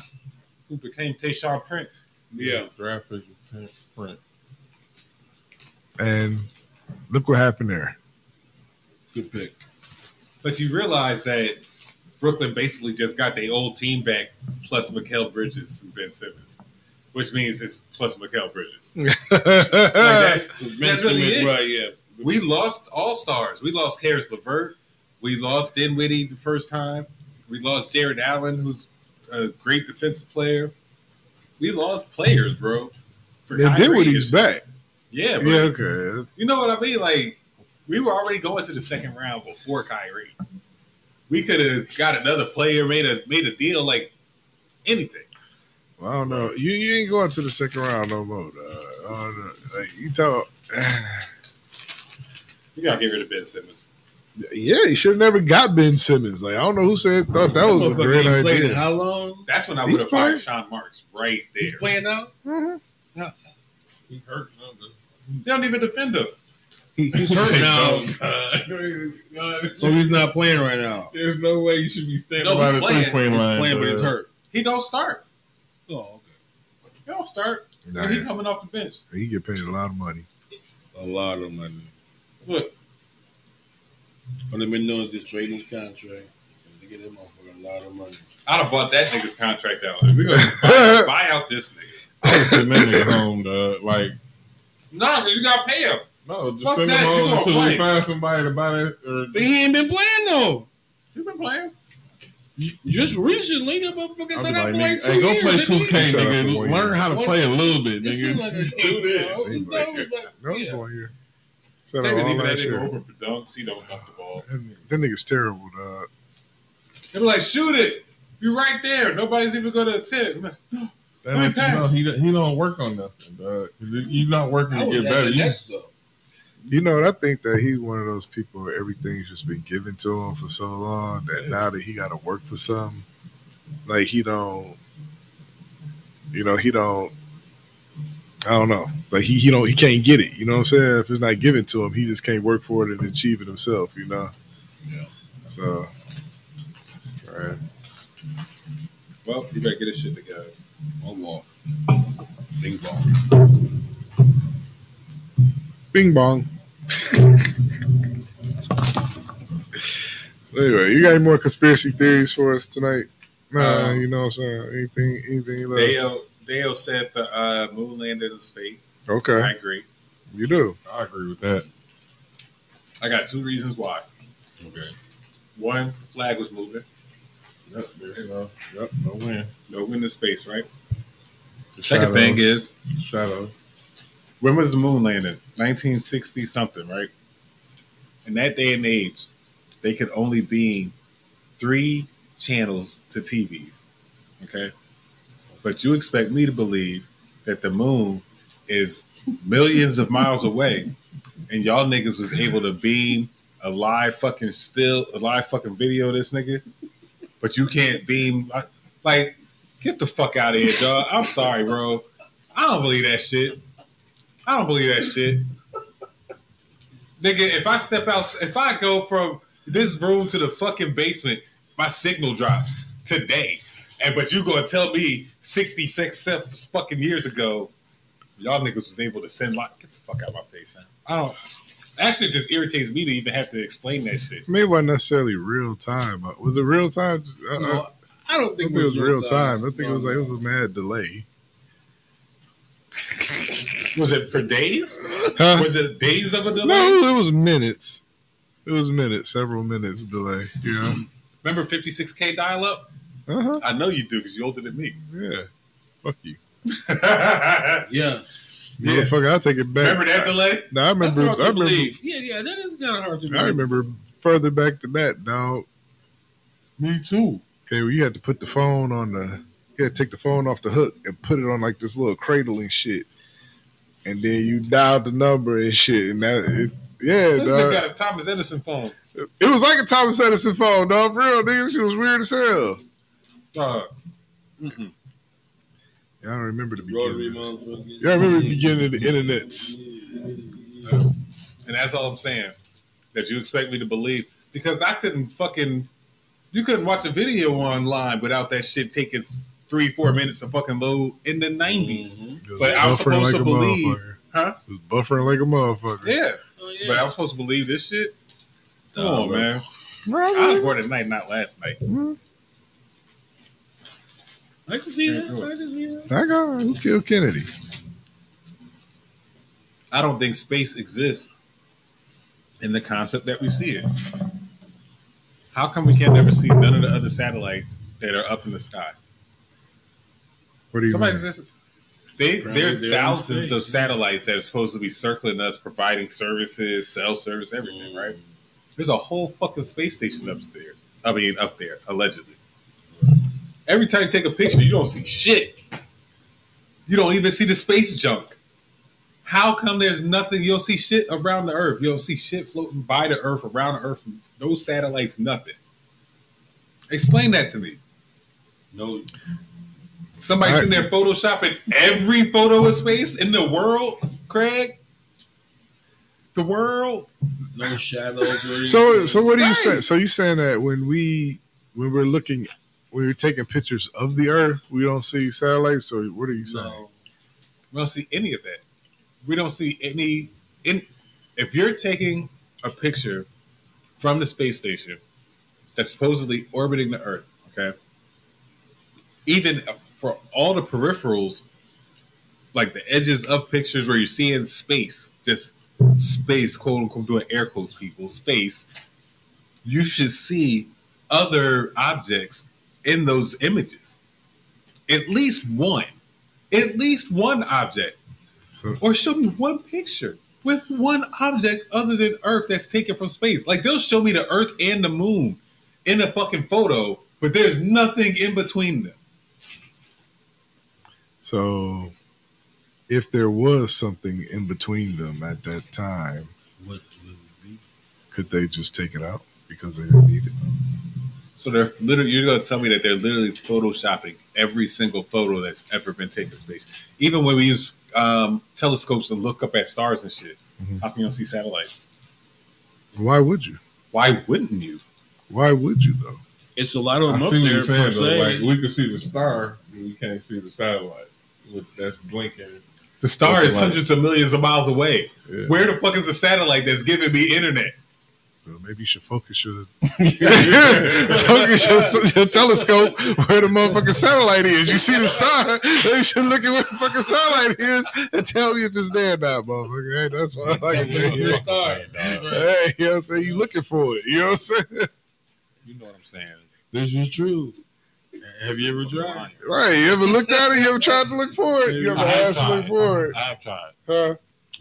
who became Tayshawn Prince. Yeah. Draft pick is Trent Trent. And look what happened there. Good pick. But you realize that Brooklyn basically just got their old team back, plus Mikael Bridges and Ben Simmons, which means it's plus Mikael Bridges. Like, that's- that's really it. Right, yeah. We lost all stars. We lost Harris Levert. We lost Dinwiddie the first time. We lost Jared Allen, who's a great defensive player. We lost players, bro. For they did Kyrie what he's issues. back. Yeah, bro. Yeah, okay. You know what I mean? Like we were already going to the second round before Kyrie. We could have got another player, made a made a deal, like anything. Well, I don't know. You you ain't going to the second round no more. Dog. I don't know. Like you talk. You gotta get rid of Ben Simmons. Yeah, you should have never got Ben Simmons. Like I don't know who said thought that was a Motherfucker great ain't played in idea. How long? That's when I He would have playing? fired Sean Marks right He's there. playing now? He hurt something. They don't even defend him. He's hurt now. So he's not playing right now. There's no way you should be standing No, by he's the playing. three point He's line. playing, but dog. he's hurt. He don't start. uh, Oh, okay. He don't start. Nah, And he coming off the bench. he get paid a lot of money. A lot of money. Look, But I've been doing this trading his contract. They get him off for a lot of money. I'd have bought that nigga's contract out. We're gonna buy, buy out this nigga. I would send that nigga home, dog. Like, Nah, because you gotta pay him. no, just Fuck send that, him you home gonna until we play. find somebody to buy that. Or But he ain't been playing though. playing. You- Just recently, that motherfucker I'll said be I like, played nigga, two hey, go years. play didn't he? 2K, Shut up nigga. for one Learn year. how to play a little bit, It seemed nigga. like a Do this. No, no, it was That was like- one year. Said They all didn't even last let nigga year. open for dunks. He don't dunk the ball. That nigga- That nigga's terrible, dog. They be like, shoot it. You're right there. Nobody's even going to attempt. I'm like, Let That me lets you know pass. he, don't- he don't work on nothing, dog. You're not working I to was get at better. the You, next though. You know, I think that he's one of those people where everything's just been given to him for so long that now that he got to work for something, like he don't, you know, he don't. I don't know. Like he, he don't he can't get it. You know what I'm saying? If it's not given to him, he just can't work for it and achieve it himself. You know. Yeah. So All right. Well, you better get this shit together. One walk. Bing bong. Bing bong. anyway, you got any more conspiracy theories for us tonight? Nah, Um, you know what I'm saying. Anything, anything left? Dale, Dale said the uh, moon landing was fake. okay, I agree. you do. I agree with that. I got two reasons why. Okay. One, the flag was moving. Yep, you know, yep, I win. No wind in space, right? The Shadow. second thing is, Shadow. when was the moon landing? 1960 something, right? In that day and age, they could only beam three channels to TVs. Okay. But you expect me to believe that the moon is millions of miles away and y'all niggas was able to beam a live fucking still, a live fucking video of this nigga, but you can't beam. Like, get the fuck out of here, dog. I'm sorry, bro. I don't believe that shit. I don't believe that shit. Nigga, if I step out, if I go from this room to the fucking basement, my signal drops today. And but you gonna tell me 66 se- fucking years ago, y'all niggas was able to send like get the fuck out of my face, man. I don't actually it just irritates me to even have to explain that shit. I mean, it wasn't necessarily real time. but- Was it real time? I, I- I No, I don't don't think, think it was real time. I think it was like it was a mad delay. Was it for days? Huh? Was it days of a delay? No, it was minutes. It was minutes, several minutes delay. You know. Remember 56k dial up? Uh huh. I know you do because you older than me. Yeah. Fuck you, yeah. Yeah, motherfucker. I take it back. Remember that delay? No, I that's remember. I hard to remember. believe. Yeah, yeah, that is kind of hard to believe. I remember further back than that, dog. Me too. Okay, well, you had to put the phone on the, you had to take the phone off the hook and put it on like this little cradle and shit, and then you dialed the number and shit, and that, it, yeah, This nigga dog. got a Thomas Edison phone. it was like a Thomas Edison phone, dog. For real, nigga, she was weird as hell. Dog. Yeah, I don't remember the Rotary beginning. motherfucker. Yeah, I remember the beginning of the internets. And that's all I'm saying. That you expect me to believe. Because I couldn't fucking you couldn't watch a video online without that shit taking s- three, four minutes to fucking load in the 90s Mhm. It was But I was buffering supposed like to a believe- motherfucker. Huh? It was buffering like a motherfucker. Yeah. Oh, yeah. But I was supposed to believe this shit? Come Nah, on, bro. man. I was Really? born at night, not last night. I can see that. I can see that. I got who killed Kennedy. I don't think space exists in the concept that we see it. How come we can't never see none of the other satellites that are up in the sky? What do you Somebody mean? says they, Probably there's their thousands mistake. of satellites that are supposed to be circling us, providing services, cell service, everything, right? There's a whole fucking space station upstairs. I mean, up there, allegedly. Every time you take a picture, you don't see shit. You don't even see the space junk. How come there's nothing? You don't see shit around the Earth. You don't see shit floating by the Earth, around the Earth, no satellites, nothing. Explain that to me. No, Somebody's All in there photoshopping every photo of space in the world, Craig. The world. no shadows. or So anything. so what do you say? Right. So you saying that when we when we're looking when we're taking pictures of the Earth, we don't see satellites. Or what are you saying? No, we don't see any of that. We don't see any. In if you're taking a picture from the space station that's supposedly orbiting the Earth, okay. Even for all the peripherals, like the edges of pictures where you're seeing space, just space, quote unquote, doing air quotes, people, space. You should see other objects in those images. At least one. At least one object. So Or show me one picture with one object other than Earth that's taken from space. Like they'll show me the Earth and the moon in a fucking photo, but there's nothing in between them. so if there was something in between them at that time, What would it be? could they just take it out because they didn't need it? So they're literally you're gonna tell me that they're literally photoshopping every single photo that's ever been taken space. Even when we use um, telescopes and look up at stars and shit, Mhm. how can you don't see satellites? Why would you? Why wouldn't you? Why would you though? It's a lot of them I up see what there. you're per saying though. se. Like we can see the star, but we can't see the satellite. With- That's blinking. The star is Satellite. hundreds of millions of miles away. Yeah. Where the fuck is the satellite that's giving me internet? So maybe you should focus your focus your, your telescope where the motherfucking satellite is. You see the star, they should look at where the fucking satellite is and tell me if it's there or not, motherfucker. Hey, that's what I like to Yeah. hear. Hey, you know what I'm saying? You looking for it. You know what I'm saying? You know what I'm saying? This is true. Have you ever tried? Right. You ever looked at it? You ever tried to look for it? You ever I have asked to look tried. for it? I have tried. Huh?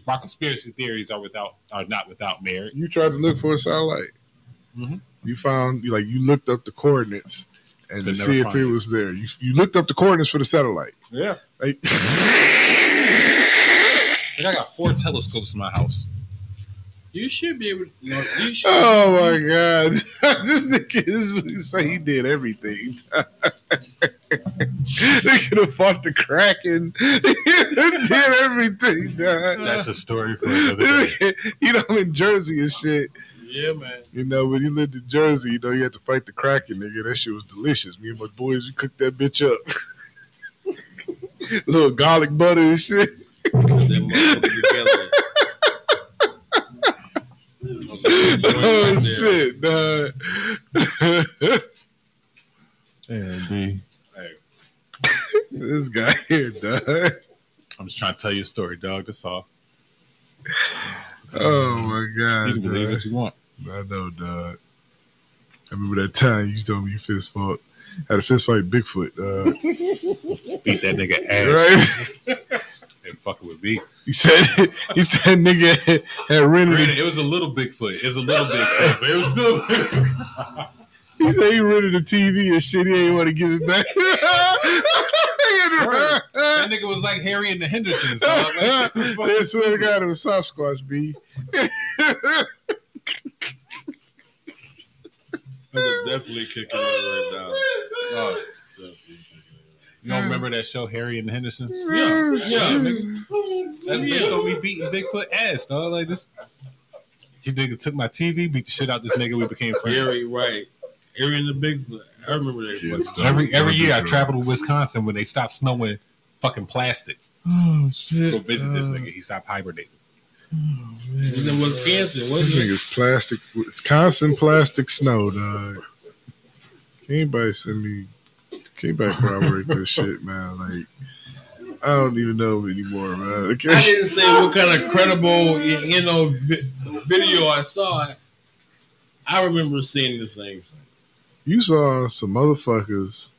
My conspiracy theories are without are not without merit. You tried to look for a satellite. Mhm. You found you like you looked up the coordinates and to Could never see if find it it. was there. You, you looked up the coordinates for the satellite. Yeah. Like, Like I got four telescopes in my house. You should be able. You, know, you should. Oh my god, this nigga is he say he did everything. they could have fought the Kraken. did everything. dog. That's a story for another day. you know, in Jersey and shit. Yeah, man. You know, when you lived in Jersey, you know you had to fight the Kraken, nigga. That shit was delicious. Me and my boys, we cooked that bitch up. Little garlic butter and shit. That motherfucker together. Oh shit, dog. Yeah, B. this guy here, dog. I'm just trying to tell you a story, dog. That's all. Oh my god. You can believe dog. what you want. I know, dog. I remember that time you told me you fist fought. Had a fist fight with Bigfoot, dog. Beat that nigga ass right? and fucking with me. He said he said nigga had rented. Granted, it was a little Bigfoot. It's a little Bigfoot, but it was still. He said he rented the TV and shit. He ain't want to give it back. that nigga was like Harry and the Hendersons. dog. Like, this fucking- I swear to God, it was Sasquatch, B. I'm definitely kicking it right now. Oh, Definitely kicking you don't remember that show, Harry and the Hendersons? Yeah, yeah, nigga. That's it right based now. on me beating Bigfoot ass, dog. Like this. He nigga took my TV, beat the shit out this nigga. We became friends. Gary Wright. Gary and the Bigfoot. I remember that. Yeah. fucking- Every every year I travel to Wisconsin when they stop snowing fucking plastic. Oh Go shit. visit this Oh, nigga. He stopped hibernating. It was in Wisconsin, This wasn't it? nigga's plastic, Wisconsin plastic snow, dog. Can anybody send me? Can anybody corroborate this shit, man? Like, I don't even know anymore, man. I Okay. didn't say what kind of credible, y- you know, vi- video I saw. I remember seeing the same thing. You saw some motherfuckers,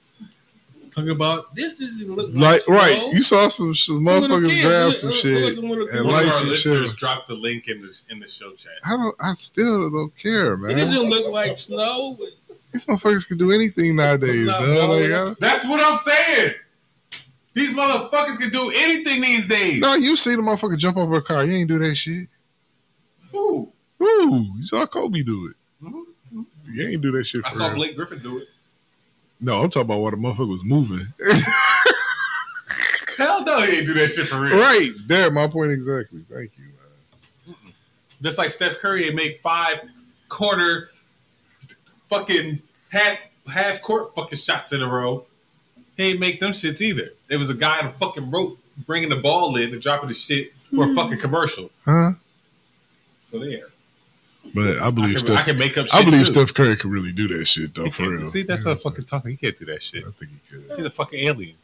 Talk about this doesn't look like like, right? snow. You saw some, some Some little motherfuckers kids, grab look- some look- shit. look at some little and kids. like One of our some listeners shit. dropped the link in the in the show chat. I don't. I still don't care, It man. doesn't look like snow. but These motherfuckers can do anything nowadays, Not dog. Like, blowing I- That's what I'm saying. These motherfuckers can do anything these days. no, you see the motherfucker jump over a car. You ain't do that shit. Ooh. Ooh, you saw Kobe do it. Mhm. Mm-hmm. You ain't do that shit. For I saw real. Blake Griffin do it. No, I'm talking about what the motherfucker was moving. Hell no, he ain't do that shit for real. right there, my point exactly. Thank you. Man. Just like Steph Curry and make five quarter fucking half half court fucking shots in a row. He ain't make them shits either. There was a guy on a fucking rope bringing the ball in and dropping the shit for a fucking commercial. Huh? So there. But I I believe can, I Steph. can make up I, shit. believe too. Steph Curry can really do that shit though. He For can't- real. See, that's Yeah, not fucking talking. He can't do that shit. I think he could. He's a fucking alien.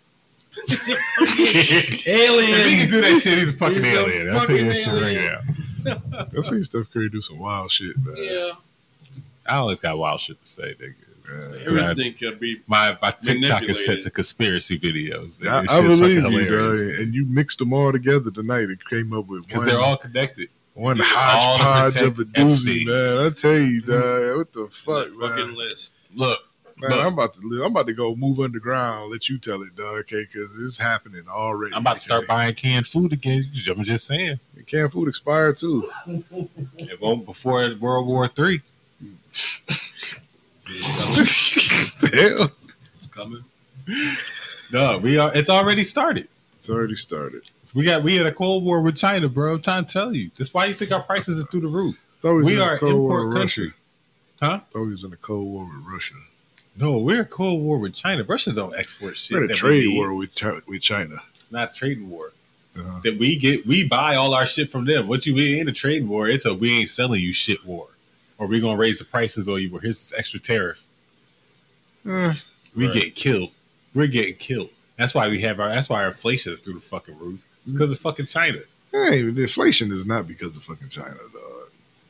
If he can Alien. do that shit, he's a fucking He's a alien. I'll tell you that fucking shit right alien. now. I've seen Steph Curry do some wild shit, man. Yeah. I always got wild shit to say, niggas. Everything can be My my TikTok is set Manipulated. to conspiracy videos. I, That I shit's fucking believe you, dog. hilarious and you mixed them all together tonight and came up with because one, they're all connected. one they're all to hodgepodge of a protect doozy, Epstein. man. I tell you, dog, what the fuck, fuck, fucking man? list. Look, Man, Look. I'm about to live. I'm about to go move underground. Let you tell it, dog. Okay, because it's happening already. I'm about to start okay? buying canned food again. I'm just saying, Canned food expired too. it won't before World War Three. It's coming. Hell, It's coming. No, we are. It's already started. it's already started. We got we had a cold war with China, bro. I'm trying to tell you. That's why you think our prices are through the roof. Thought was We in a are an Cold War import with country. Huh? Russia. Thought we was in a cold war with Russia. No, we're a cold war with China. Russia don't export shit. We're in that a we trade need. war with China. With China. not a trading war. Uh-huh. That we get, we buy all our shit from them. What you we ain't a trading war? It's a we ain't selling you shit war, or we gonna raise the prices on you. Or here's this extra tariff. Eh, We Right. get killed. We're getting killed. That's why we have our. That's why our inflation is through the fucking roof Mm-hmm. because of fucking China. hey, the inflation is not because of fucking China, dog.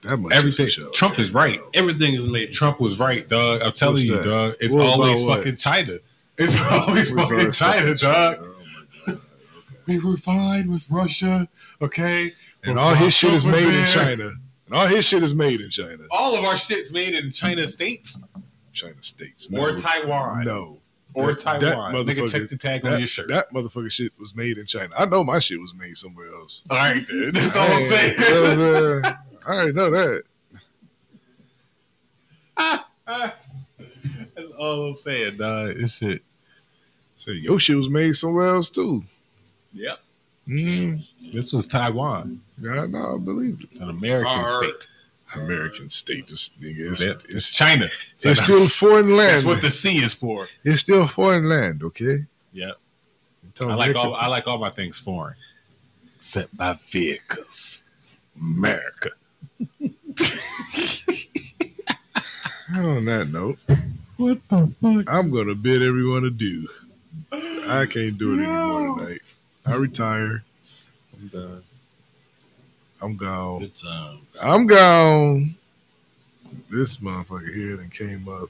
That much. is Everything. for sure. Trump is right. Everything is made. Trump was right, dog. I'm telling What's you, that? dog. It's What about always what? fucking China. It's always We're fucking sorry, China, fucking dog. China. Oh my God. We were fine with Russia, okay? And all his shit is Trump was made in there. China. And all his shit is made in China. All of our shit's made in China states China states. or Taiwan No. or That- that Taiwan. Nigga, check motherfucker- the tag on That, your shirt. that motherfucking shit was made in China. I know my shit was made somewhere else. all right, dude. That's all I'm Hey, saying. that was, uh, I already know that. That's all I'm saying, dog. It's shit. So your shit was made somewhere else too. Yep. Mm. This was Taiwan. I know, I believe it. It's an American Our- state. American state, this nigga. It's, That- It's it's, China. So it's that's- still foreign land. that's what the C is for. it's still foreign land, okay? Yeah. Tell I like America- all I like all my things foreign, except my vehicles. America. On that note, What the fuck? I'm gonna bid everyone adieu. I can't do it anymore tonight. I retire. I'm done. I'm gone. Good time. I'm gone. This motherfucker here that came up